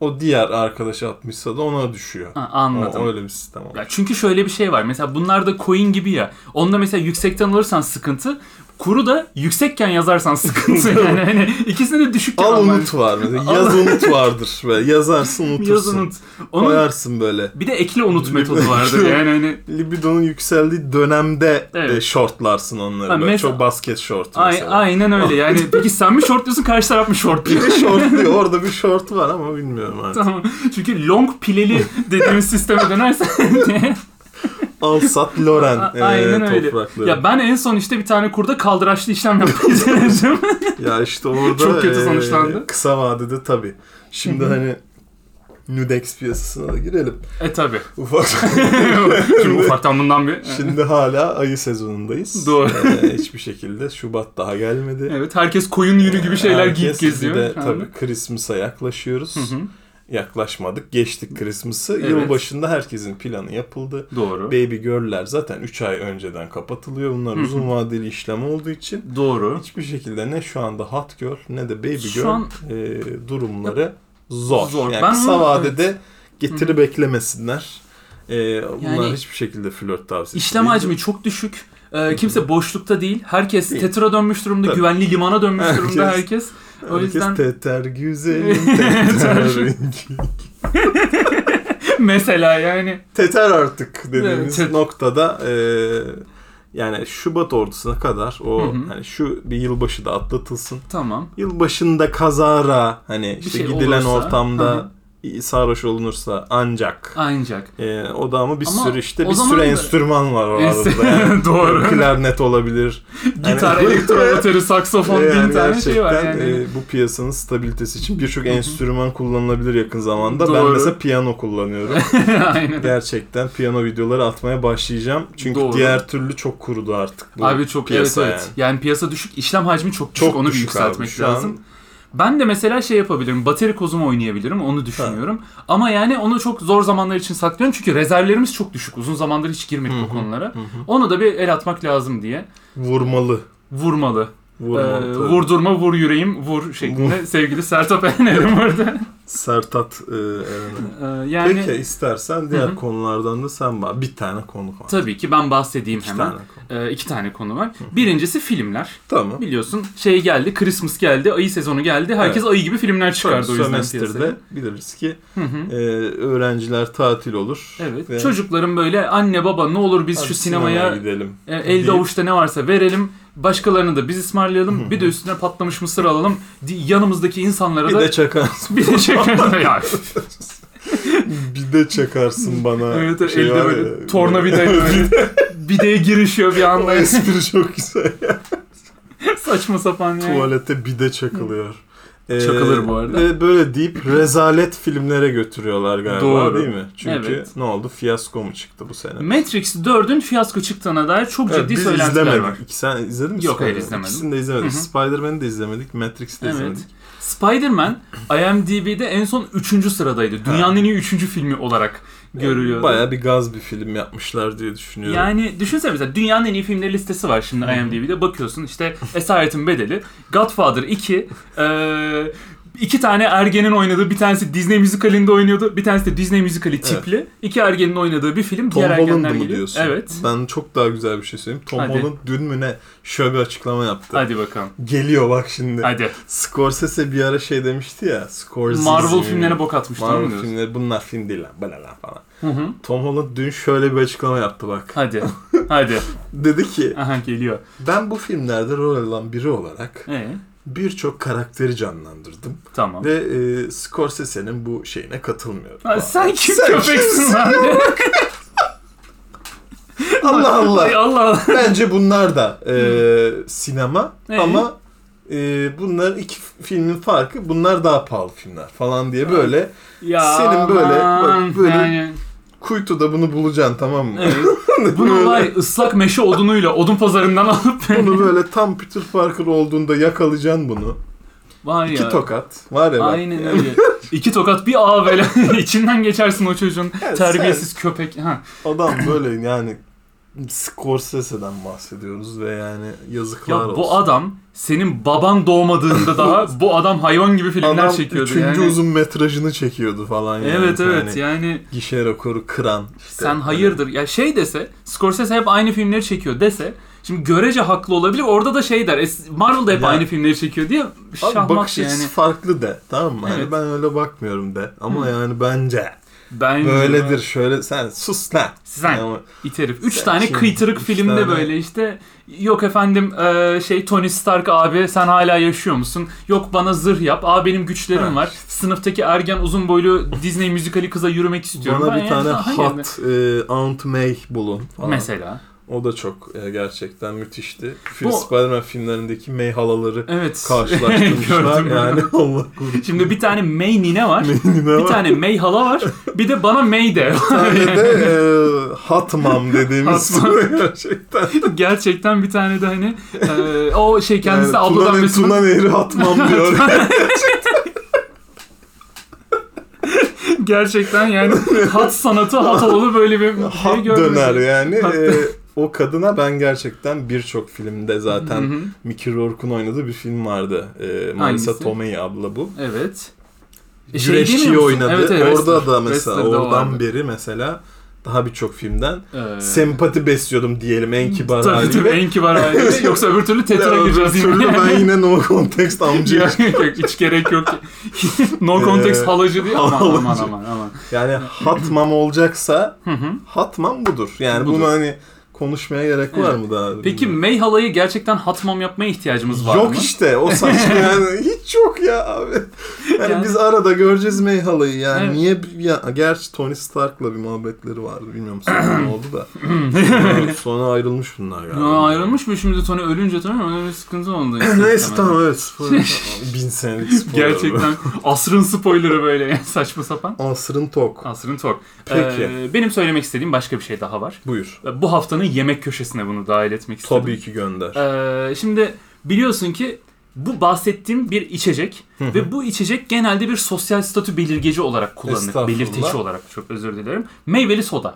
[SPEAKER 2] o diğer arkadaş atmışsa da ona düşüyor.
[SPEAKER 1] Ha,
[SPEAKER 2] O-
[SPEAKER 1] anladım.
[SPEAKER 2] öyle bir sistem oldu.
[SPEAKER 1] Ya çünkü şöyle bir şey var. Mesela bunlar da coin gibi ya. Onda mesela yüksekten alırsan sıkıntı. Kuru da yüksekken yazarsan sıkıntı yani. Hani ikisini de düşükken
[SPEAKER 2] Al
[SPEAKER 1] alman-
[SPEAKER 2] unut var. Mesela Yaz unut vardır. Böyle yazarsın unutursun.
[SPEAKER 1] Yaz unut. Onun
[SPEAKER 2] Koyarsın böyle.
[SPEAKER 1] Bir de ekli unut
[SPEAKER 2] Bir de
[SPEAKER 1] metodu vardır
[SPEAKER 2] ekli-
[SPEAKER 1] yani hani
[SPEAKER 2] libidonun yükseldiği dönemde
[SPEAKER 1] Evet.
[SPEAKER 2] e, şortlarsın onları.
[SPEAKER 1] Ha,
[SPEAKER 2] böyle
[SPEAKER 1] mes-
[SPEAKER 2] çok basket şortu
[SPEAKER 1] ay,
[SPEAKER 2] mesela.
[SPEAKER 1] aynen öyle yani peki sen mi short diyorsun karşı taraf mı short diyor.
[SPEAKER 2] Bir şort diyor. Orada bir şort var ama bilmiyorum artık.
[SPEAKER 1] tamam çünkü long pileli dediğimiz sisteme dönersen
[SPEAKER 2] Alsat Loren
[SPEAKER 1] A-
[SPEAKER 2] e,
[SPEAKER 1] aynen öyle.
[SPEAKER 2] toprakları. Ya,
[SPEAKER 1] ya ben en son işte bir tane kurda kaldıraçlı işlem yapmayı denedim.
[SPEAKER 2] işte orada e,
[SPEAKER 1] Çok kötü sonuçlandı.
[SPEAKER 2] kısa vadede tabii. Şimdi hani Nudex piyasasına da girelim.
[SPEAKER 1] e tabi.
[SPEAKER 2] Ufak.
[SPEAKER 1] Şimdi ufaktan bundan bir.
[SPEAKER 2] Şimdi hala ayı sezonundayız.
[SPEAKER 1] Doğru.
[SPEAKER 2] E, hiçbir şekilde Şubat daha gelmedi.
[SPEAKER 1] Evet herkes koyun yünü gibi şeyler giyip
[SPEAKER 2] Herkes
[SPEAKER 1] geziyor.
[SPEAKER 2] Bir de
[SPEAKER 1] şu anda.
[SPEAKER 2] tabii Christmas'a yaklaşıyoruz.
[SPEAKER 1] Hı hı,
[SPEAKER 2] yaklaşmadık. Geçtik Christmas'ı.
[SPEAKER 1] Evet.
[SPEAKER 2] Yılbaşında herkesin planı yapıldı.
[SPEAKER 1] Doğru.
[SPEAKER 2] Baby girl'ler zaten 3 ay önceden kapatılıyor. Bunlar
[SPEAKER 1] Hı hı.
[SPEAKER 2] uzun vadeli işlem olduğu için
[SPEAKER 1] Doğru.
[SPEAKER 2] hiçbir şekilde ne şu anda hot girl ne de baby
[SPEAKER 1] Şu
[SPEAKER 2] girl
[SPEAKER 1] an-
[SPEAKER 2] e, durumları zor.
[SPEAKER 1] Zor.
[SPEAKER 2] Yani
[SPEAKER 1] Ben
[SPEAKER 2] kısa
[SPEAKER 1] onu-
[SPEAKER 2] vadede getiri beklemesinler. E, bunlar
[SPEAKER 1] Yani-
[SPEAKER 2] hiçbir şekilde flört tavsiyesi
[SPEAKER 1] İşlem
[SPEAKER 2] değil.
[SPEAKER 1] hacmi çok düşük. Ee, kimse boşlukta değil. Herkes
[SPEAKER 2] Değil.
[SPEAKER 1] tetra dönmüş durumda,
[SPEAKER 2] Tabii.
[SPEAKER 1] güvenli limana dönmüş durumda
[SPEAKER 2] Herkes-
[SPEAKER 1] herkes. O
[SPEAKER 2] Herkes
[SPEAKER 1] yüzden-
[SPEAKER 2] teter güzelim, teter rengi.
[SPEAKER 1] Mesela yani.
[SPEAKER 2] Teter artık dediğimiz
[SPEAKER 1] Evet, tet-
[SPEAKER 2] noktada e, yani Şubat ortasına kadar o
[SPEAKER 1] Hı hı.
[SPEAKER 2] hani şu bir yılbaşı da atlatılsın.
[SPEAKER 1] Tamam.
[SPEAKER 2] Yılbaşında kazara hani işte
[SPEAKER 1] şey
[SPEAKER 2] gidilen
[SPEAKER 1] olursa,
[SPEAKER 2] ortamda
[SPEAKER 1] hı hı.
[SPEAKER 2] sarhoş olunursa ancak.
[SPEAKER 1] Ancak.
[SPEAKER 2] Ee, o da ama bir
[SPEAKER 1] Ama
[SPEAKER 2] sürü işte
[SPEAKER 1] o
[SPEAKER 2] bir
[SPEAKER 1] zaman
[SPEAKER 2] sürü
[SPEAKER 1] da-
[SPEAKER 2] enstrüman var orada.
[SPEAKER 1] Enst-
[SPEAKER 2] Yani.
[SPEAKER 1] Doğru.
[SPEAKER 2] Klarnet olabilir. Hani
[SPEAKER 1] Gitar,
[SPEAKER 2] Yani-
[SPEAKER 1] elektro bateri, saksafon,
[SPEAKER 2] Ee,
[SPEAKER 1] bin
[SPEAKER 2] yani
[SPEAKER 1] tane şey var.
[SPEAKER 2] gerçekten,
[SPEAKER 1] Yani.
[SPEAKER 2] e, bu piyasanın stabilitesi için birçok enstrüman kullanılabilir yakın zamanda. Ben
[SPEAKER 1] Doğru.
[SPEAKER 2] mesela piyano kullanıyorum.
[SPEAKER 1] Aynen.
[SPEAKER 2] gerçekten piyano videoları atmaya başlayacağım. Çünkü
[SPEAKER 1] Doğru.
[SPEAKER 2] diğer türlü çok kurudu artık bu
[SPEAKER 1] Abi çok evet
[SPEAKER 2] e, piyasa
[SPEAKER 1] evet. Yani. piyasa düşük, işlem hacmi çok düşük.
[SPEAKER 2] Çok
[SPEAKER 1] onu bir
[SPEAKER 2] düşük abi
[SPEAKER 1] yükseltmek
[SPEAKER 2] şu an.
[SPEAKER 1] lazım. Ben de mesela şey yapabilirim. Bateri kozumu oynayabilirim. Onu düşünüyorum. Ama yani onu çok zor zamanlar için saklıyorum. Çünkü rezervlerimiz çok düşük. Uzun zamandır hiç girmedik
[SPEAKER 2] Hı
[SPEAKER 1] bu
[SPEAKER 2] hı,
[SPEAKER 1] konulara.
[SPEAKER 2] hı hı.
[SPEAKER 1] Onu da bir el atmak lazım diye.
[SPEAKER 2] Vurmalı.
[SPEAKER 1] Vurmalı.
[SPEAKER 2] Vurmalı.
[SPEAKER 1] Ee,
[SPEAKER 2] tabii.
[SPEAKER 1] vurdurma, vur yüreğim, vur şeklinde. Sevgili Sertap Erener'im orada.
[SPEAKER 2] Sertat e, Erener.
[SPEAKER 1] Ee, yani
[SPEAKER 2] Peki istersen diğer
[SPEAKER 1] Hı hı.
[SPEAKER 2] konulardan da sen bak. Bir tane konu var.
[SPEAKER 1] tabii ki ben bahsedeyim
[SPEAKER 2] İki
[SPEAKER 1] hemen.
[SPEAKER 2] tane konu.
[SPEAKER 1] Ee, iki tane konu var. Birincisi filmler.
[SPEAKER 2] Tamam.
[SPEAKER 1] Biliyorsun şey geldi, Christmas geldi, ayı sezonu geldi. Herkes ayı gibi filmler çıkardı o yüzden piyasaya.
[SPEAKER 2] Sömestr'de biliriz ki
[SPEAKER 1] Hı hı.
[SPEAKER 2] e, öğrenciler tatil olur.
[SPEAKER 1] Evet.
[SPEAKER 2] Ve
[SPEAKER 1] Çocukların böyle anne baba ne olur biz
[SPEAKER 2] hadi
[SPEAKER 1] şu sinemaya
[SPEAKER 2] gidelim.
[SPEAKER 1] e,
[SPEAKER 2] deyip-
[SPEAKER 1] elde avuçta ne varsa verelim. Başkalarını da biz ısmarlayalım.
[SPEAKER 2] Hı hı.
[SPEAKER 1] Bir de üstüne patlamış mısır alalım. Di- Yanımızdaki insanlara
[SPEAKER 2] Bir
[SPEAKER 1] da
[SPEAKER 2] de çakar.
[SPEAKER 1] bir de şeker ya.
[SPEAKER 2] bir de çakarsın bana.
[SPEAKER 1] Evet, evet,
[SPEAKER 2] Şey
[SPEAKER 1] elde
[SPEAKER 2] var
[SPEAKER 1] böyle
[SPEAKER 2] ya,
[SPEAKER 1] tornavidayla böyle bideye girişiyor bir
[SPEAKER 2] O
[SPEAKER 1] anda.
[SPEAKER 2] espri çok güzel.
[SPEAKER 1] Saçma sapan yani.
[SPEAKER 2] Tuvalette bir de çakılıyor. Ee,
[SPEAKER 1] Çakılır bu arada.
[SPEAKER 2] Ve böyle deyip rezalet filmlere götürüyorlar galiba
[SPEAKER 1] Doğru.
[SPEAKER 2] değil mi? Çünkü
[SPEAKER 1] Evet.
[SPEAKER 2] ne oldu? Fiyasko mu çıktı bu sene?
[SPEAKER 1] Matrix 4'ün fiyasko çıktığına dair çok
[SPEAKER 2] Evet,
[SPEAKER 1] ciddi
[SPEAKER 2] biz
[SPEAKER 1] söylentiler
[SPEAKER 2] izlemedik.
[SPEAKER 1] var.
[SPEAKER 2] İki- Sen izledin mi?
[SPEAKER 1] Yok, hayır,
[SPEAKER 2] Spider-Man?
[SPEAKER 1] izlemedim.
[SPEAKER 2] İkisini de izlemedik.
[SPEAKER 1] Hı hı.
[SPEAKER 2] Spider-Man'i de izlemedik. Matrix'i de
[SPEAKER 1] Evet.
[SPEAKER 2] izlemedik.
[SPEAKER 1] Spider-Man IMDb'de en son 3. sıradaydı. Dünyanın en iyi 3. filmi olarak görülüyordu.
[SPEAKER 2] Bayağı bir gaz bir film yapmışlar diye düşünüyorum.
[SPEAKER 1] Yani düşünsene mesela dünyanın en iyi filmleri listesi var şimdi
[SPEAKER 2] Hı hı.
[SPEAKER 1] IMDb'de. Bakıyorsun işte Esaretin Bedeli, Godfather 2, eee iki tane ergenin oynadığı bir tanesi Disney müzikalinde oynuyordu. Bir tanesi de Disney müzikali tipli. iki ergenin oynadığı bir film.
[SPEAKER 2] Tom
[SPEAKER 1] Diğer
[SPEAKER 2] Holland
[SPEAKER 1] ergenler
[SPEAKER 2] mı
[SPEAKER 1] geliyor.
[SPEAKER 2] diyorsun?
[SPEAKER 1] Evet.
[SPEAKER 2] Ben çok daha güzel bir şey söyleyeyim. Tom
[SPEAKER 1] Hadi.
[SPEAKER 2] Holland dün mü ne şöyle bir açıklama yaptı.
[SPEAKER 1] Hadi bakalım.
[SPEAKER 2] Geliyor bak şimdi.
[SPEAKER 1] Hadi.
[SPEAKER 2] Scorsese bir ara şey demişti ya. Scorsese
[SPEAKER 1] Marvel filmlerine bok atmıştı.
[SPEAKER 2] Marvel
[SPEAKER 1] Marvel filmleri.
[SPEAKER 2] filmleri bunlar film değil lan. Bana lan falan.
[SPEAKER 1] Hı hı.
[SPEAKER 2] Tom Holland dün şöyle bir açıklama yaptı bak.
[SPEAKER 1] Hadi. Hadi.
[SPEAKER 2] Dedi ki
[SPEAKER 1] Aha geliyor.
[SPEAKER 2] ben bu filmlerde rol alan biri olarak
[SPEAKER 1] Ee,
[SPEAKER 2] birçok karakteri canlandırdım.
[SPEAKER 1] tamam.
[SPEAKER 2] Ve e, Scorsese'nin bu şeyine katılmıyorum.
[SPEAKER 1] Ha, sen kim
[SPEAKER 2] Sen
[SPEAKER 1] köpeksin
[SPEAKER 2] kimsin?
[SPEAKER 1] lan?
[SPEAKER 2] Allah Allah.
[SPEAKER 1] Ay, Allah Allah.
[SPEAKER 2] Bence bunlar da e, sinema
[SPEAKER 1] Ee?
[SPEAKER 2] ama e, bunların iki filmin farkı bunlar daha pahalı filmler falan diye böyle
[SPEAKER 1] Ya
[SPEAKER 2] Senin böyle, bak,
[SPEAKER 1] aman,
[SPEAKER 2] böyle-
[SPEAKER 1] yani.
[SPEAKER 2] kuytuda bunu bulacaksın tamam mı?
[SPEAKER 1] Evet. Bunu var ya, ıslak meşe odunuyla odun pazarından alıp
[SPEAKER 2] bunu böyle tam Peter Parker olduğunda yakalayacaksın bunu.
[SPEAKER 1] Var ya.
[SPEAKER 2] İki tokat var ya bak.
[SPEAKER 1] Aynen öyle. İki tokat bir ağa böyle içinden geçersin o çocuğun.
[SPEAKER 2] Ya
[SPEAKER 1] Terbiyesiz köpek. Ha.
[SPEAKER 2] Adam böyle yani Scorsese'den bahsediyoruz ve yani
[SPEAKER 1] Ya
[SPEAKER 2] yazıklar
[SPEAKER 1] bu
[SPEAKER 2] olsun.
[SPEAKER 1] adam senin baban doğmadığında daha bu adam hayvan gibi filmler
[SPEAKER 2] Adam
[SPEAKER 1] çekiyordu
[SPEAKER 2] üçüncü
[SPEAKER 1] yani.
[SPEAKER 2] uzun metrajını çekiyordu falan yani.
[SPEAKER 1] Evet evet
[SPEAKER 2] Yani
[SPEAKER 1] yani
[SPEAKER 2] Gişe rekoru kıran. işte.
[SPEAKER 1] sen hayırdır ya şey dese Scorsese hep aynı filmleri çekiyor dese şimdi görece haklı olabilir orada da şey der "E, Marvel da hep
[SPEAKER 2] Ya.
[SPEAKER 1] aynı filmleri çekiyor diye
[SPEAKER 2] Abi
[SPEAKER 1] şahmat
[SPEAKER 2] bakış açısı
[SPEAKER 1] yani
[SPEAKER 2] farklı de tamam mı?
[SPEAKER 1] Evet.
[SPEAKER 2] Hani ben öyle bakmıyorum de ama yani bence
[SPEAKER 1] bence
[SPEAKER 2] böyledir şöyle sen sus lan.
[SPEAKER 1] Sen.
[SPEAKER 2] Ama
[SPEAKER 1] İterim. Üç
[SPEAKER 2] Sen
[SPEAKER 1] tane
[SPEAKER 2] şimdi
[SPEAKER 1] kıytırık
[SPEAKER 2] üç
[SPEAKER 1] filmde
[SPEAKER 2] tane-
[SPEAKER 1] böyle işte yok efendim e, şey Tony Stark abi sen hala yaşıyor musun? Yok bana zırh yap. Aa benim güçlerim
[SPEAKER 2] Ha.
[SPEAKER 1] var. Sınıftaki ergen uzun boylu Disney müzikali kıza yürümek istiyorum.
[SPEAKER 2] bana
[SPEAKER 1] Ben
[SPEAKER 2] bir
[SPEAKER 1] yani
[SPEAKER 2] tane
[SPEAKER 1] daha yani-
[SPEAKER 2] hot e, Aunt May bulun falan.
[SPEAKER 1] Mesela.
[SPEAKER 2] O da çok e, gerçekten müthişti. Film,
[SPEAKER 1] Bu-
[SPEAKER 2] Spider-Man filmlerindeki May halaları
[SPEAKER 1] Evet.
[SPEAKER 2] karşılaştırmışlar.
[SPEAKER 1] Gördüm.
[SPEAKER 2] yani Allah korusun.
[SPEAKER 1] Şimdi bir tane May nine var.
[SPEAKER 2] Neyine
[SPEAKER 1] bir
[SPEAKER 2] var?
[SPEAKER 1] tane May hala var. Bir de bana May de.
[SPEAKER 2] Bir tane de e, Hot Mom dediğimiz
[SPEAKER 1] Hot
[SPEAKER 2] gerçekten.
[SPEAKER 1] Gerçekten bir tane de hani e, o şey kendisi
[SPEAKER 2] yani,
[SPEAKER 1] abladan
[SPEAKER 2] Tuna,
[SPEAKER 1] mesut.
[SPEAKER 2] Tuna Nehri Hot Mom diyor.
[SPEAKER 1] Gerçekten yani hat sanatı hatalı böyle bir şey
[SPEAKER 2] Hot
[SPEAKER 1] görmedim.
[SPEAKER 2] döner yani.
[SPEAKER 1] Hot-
[SPEAKER 2] E, o kadına ben gerçekten birçok filmde zaten
[SPEAKER 1] Hı hı.
[SPEAKER 2] Mickey Rourke'un oynadığı bir film vardı. E, Marisa
[SPEAKER 1] Hangisi?
[SPEAKER 2] Tomei abla bu.
[SPEAKER 1] Evet. E, şey
[SPEAKER 2] Güreşçi
[SPEAKER 1] demiyor musun?
[SPEAKER 2] oynadı.
[SPEAKER 1] Evet, evet,
[SPEAKER 2] Orada
[SPEAKER 1] Wrestler.
[SPEAKER 2] da mesela
[SPEAKER 1] Wrestler'da o
[SPEAKER 2] oradan
[SPEAKER 1] vardı.
[SPEAKER 2] beri mesela daha birçok filmden
[SPEAKER 1] Ee,
[SPEAKER 2] sempati besliyordum diyelim en kibar
[SPEAKER 1] Tabii tabii
[SPEAKER 2] haliyle.
[SPEAKER 1] en kibar haliyle. Yoksa öbür türlü tetra
[SPEAKER 2] Öbür
[SPEAKER 1] gireceğiz yine.
[SPEAKER 2] türlü ben yine no context amcayım.
[SPEAKER 1] yok, hiç gerek yok. no context
[SPEAKER 2] Ee,
[SPEAKER 1] halacı diye. Aman
[SPEAKER 2] halacı.
[SPEAKER 1] aman aman aman.
[SPEAKER 2] yani hatmam olacaksa
[SPEAKER 1] Hı hı.
[SPEAKER 2] hatmam budur. Yani
[SPEAKER 1] Budur.
[SPEAKER 2] bunu hani konuşmaya gerek var mı daha?
[SPEAKER 1] Peki May halayı gerçekten hatmam yapmaya ihtiyacımız var
[SPEAKER 2] yok
[SPEAKER 1] mı?
[SPEAKER 2] işte o saçma yani hiç yok ya abi. Yani,
[SPEAKER 1] Yani-
[SPEAKER 2] biz arada göreceğiz May halayı yani
[SPEAKER 1] Evet.
[SPEAKER 2] niye bir- ya, gerçi Tony Stark'la bir muhabbetleri vardı bilmiyorum sonra ne oldu da. Sonra- sonra ayrılmış bunlar galiba.
[SPEAKER 1] Ya ayrılmış mı şimdi Tony ölünce tamam öyle bir sıkıntı oldu.
[SPEAKER 2] Neyse tamam evet spoiler. Bin senelik spoiler. bu.
[SPEAKER 1] Gerçekten asrın spoilerı böyle saçma sapan.
[SPEAKER 2] Asrın tok.
[SPEAKER 1] Asrın Talk.
[SPEAKER 2] Peki.
[SPEAKER 1] Ee, benim söylemek istediğim başka bir şey daha var.
[SPEAKER 2] Buyur.
[SPEAKER 1] Ve Bu haftanın yemek köşesine bunu dahil etmek istedim.
[SPEAKER 2] Tabii ki gönder.
[SPEAKER 1] Ee, şimdi biliyorsun ki bu bahsettiğim bir içecek ve bu içecek genelde bir sosyal statü belirgeci olarak kullanılır.
[SPEAKER 2] Estağfurullah.
[SPEAKER 1] Belirteci olarak çok özür dilerim. Meyveli soda.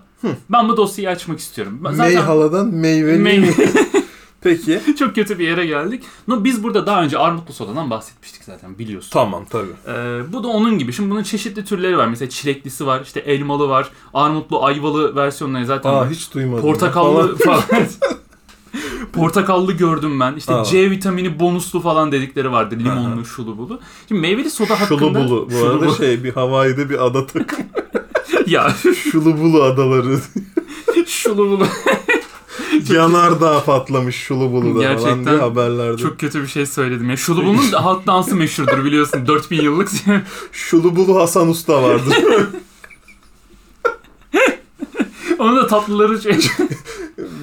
[SPEAKER 1] Ben bu dosyayı açmak istiyorum. Ben
[SPEAKER 2] Mey haladan meyveli.
[SPEAKER 1] Mey-
[SPEAKER 2] Peki.
[SPEAKER 1] çok kötü bir yere geldik. No, biz burada daha önce armutlu sodadan bahsetmiştik zaten biliyorsun.
[SPEAKER 2] Tamam tabii.
[SPEAKER 1] Ee, bu da onun gibi. Şimdi bunun çeşitli türleri var. Mesela çileklisi var, işte elmalı var, armutlu, ayvalı versiyonları zaten
[SPEAKER 2] Aa
[SPEAKER 1] var.
[SPEAKER 2] hiç duymadım.
[SPEAKER 1] Portakallı
[SPEAKER 2] Falan.
[SPEAKER 1] falan. Portakallı gördüm ben. İşte
[SPEAKER 2] Aa.
[SPEAKER 1] C vitamini bonuslu falan dedikleri vardı. Limonlu, şulu bulu. Şimdi meyveli soda
[SPEAKER 2] Şulu
[SPEAKER 1] hakkında...
[SPEAKER 2] bulu. Bu
[SPEAKER 1] Şulu
[SPEAKER 2] arada
[SPEAKER 1] bulu.
[SPEAKER 2] şey bir Hawaii'de bir ada takı.
[SPEAKER 1] ya
[SPEAKER 2] Şulu bulu adaları.
[SPEAKER 1] şulu bulu.
[SPEAKER 2] Yanardağ patlamış şulu bulu da
[SPEAKER 1] Gerçekten
[SPEAKER 2] falan diye haberlerde.
[SPEAKER 1] Çok kötü bir şey söyledim ya. Şulu bunun da halk dansı meşhurdur biliyorsun. 4000 yıllık.
[SPEAKER 2] Şulu bulu Hasan Usta vardı.
[SPEAKER 1] Onun da tatlıları şey...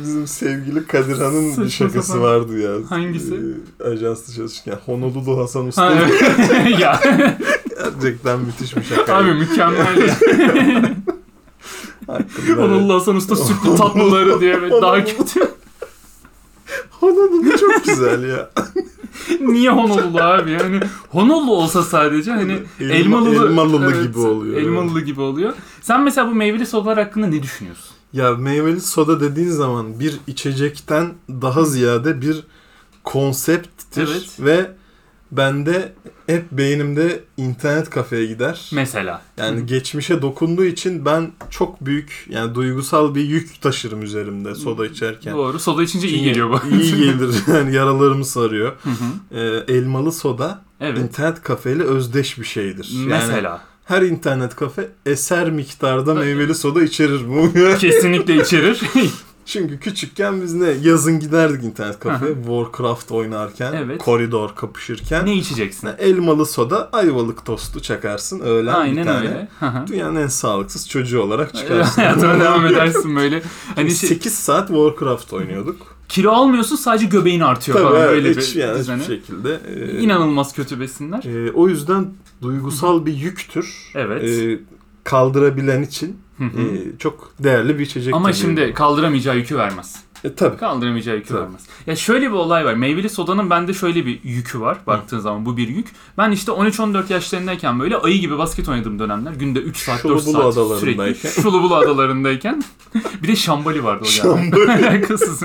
[SPEAKER 2] Bizim sevgili Kadir Han'ın
[SPEAKER 1] Saçma
[SPEAKER 2] bir şakası
[SPEAKER 1] sapan.
[SPEAKER 2] vardı ya.
[SPEAKER 1] Hangisi?
[SPEAKER 2] Ee, ajansta çalışırken. Honolulu Hasan Usta.
[SPEAKER 1] Ha, evet. ya
[SPEAKER 2] Gerçekten müthiş bir şaka.
[SPEAKER 1] abi mükemmel ya.
[SPEAKER 2] Hakkında evet.
[SPEAKER 1] Onunla Hasan Usta sütlü tatlıları diye böyle daha kötü.
[SPEAKER 2] Honolulu çok güzel ya.
[SPEAKER 1] Niye Honolulu abi? Yani Honolulu olsa sadece hani
[SPEAKER 2] Elma-
[SPEAKER 1] elmalılı,
[SPEAKER 2] elmalılı gibi oluyor.
[SPEAKER 1] Elmalılı gibi oluyor. Sen mesela bu meyveli sodalar hakkında ne düşünüyorsun?
[SPEAKER 2] Ya meyveli soda dediğin zaman bir içecekten daha ziyade bir konsepttir
[SPEAKER 1] Evet.
[SPEAKER 2] ve bende hep beynimde internet kafeye gider.
[SPEAKER 1] Mesela.
[SPEAKER 2] Yani
[SPEAKER 1] Hı.
[SPEAKER 2] geçmişe dokunduğu için ben çok büyük yani duygusal bir yük taşırım üzerimde soda içerken.
[SPEAKER 1] doğru. Soda içince iyi
[SPEAKER 2] Çünkü
[SPEAKER 1] geliyor bu.
[SPEAKER 2] İyi gelir yani yaralarımı sarıyor.
[SPEAKER 1] Hı hı.
[SPEAKER 2] Ee, elmalı soda
[SPEAKER 1] evet.
[SPEAKER 2] internet kafeyle özdeş bir şeydir. Yani
[SPEAKER 1] Mesela.
[SPEAKER 2] her internet kafe eser miktarda meyveli soda içerir bu.
[SPEAKER 1] Kesinlikle içerir.
[SPEAKER 2] Çünkü küçükken biz ne yazın giderdik internet kafeye Warcraft oynarken,
[SPEAKER 1] Evet.
[SPEAKER 2] koridor kapışırken.
[SPEAKER 1] ne içeceksin?
[SPEAKER 2] Elmalı soda, ayvalık tostu çakarsın öğlen bir
[SPEAKER 1] Aynen
[SPEAKER 2] tane.
[SPEAKER 1] öyle. Hı hı.
[SPEAKER 2] Dünyanın en sağlıksız çocuğu olarak çıkarsın.
[SPEAKER 1] Hayatına devam edersin böyle. Hani şey,
[SPEAKER 2] 8 saat Warcraft oynuyorduk.
[SPEAKER 1] kilo almıyorsun sadece göbeğin artıyor
[SPEAKER 2] Tabii
[SPEAKER 1] falan
[SPEAKER 2] evet,
[SPEAKER 1] böyle
[SPEAKER 2] hiç,
[SPEAKER 1] bir
[SPEAKER 2] yani hiçbir
[SPEAKER 1] düzene.
[SPEAKER 2] şekilde. e,
[SPEAKER 1] İnanılmaz kötü besinler.
[SPEAKER 2] e, o yüzden duygusal bir yüktür.
[SPEAKER 1] Evet.
[SPEAKER 2] E, kaldırabilen için
[SPEAKER 1] Hı hı.
[SPEAKER 2] e, çok değerli bir içecek.
[SPEAKER 1] Ama
[SPEAKER 2] tabii.
[SPEAKER 1] şimdi kaldıramayacağı yükü vermez.
[SPEAKER 2] E, tabii.
[SPEAKER 1] Kaldıramayacağı yükü
[SPEAKER 2] Tabii.
[SPEAKER 1] vermez. Ya şöyle bir olay var. Meyveli sodanın bende şöyle bir yükü var. Baktığın zaman bu bir yük. Ben işte 13-14 yaşlarındayken böyle ayı gibi basket oynadığım dönemler. Günde 3 saat, 4
[SPEAKER 2] Şulubulu
[SPEAKER 1] saat sürekli.
[SPEAKER 2] adalarındayken.
[SPEAKER 1] Şulubulu adalarındayken. bir de şambali vardı o yani. Alakasız.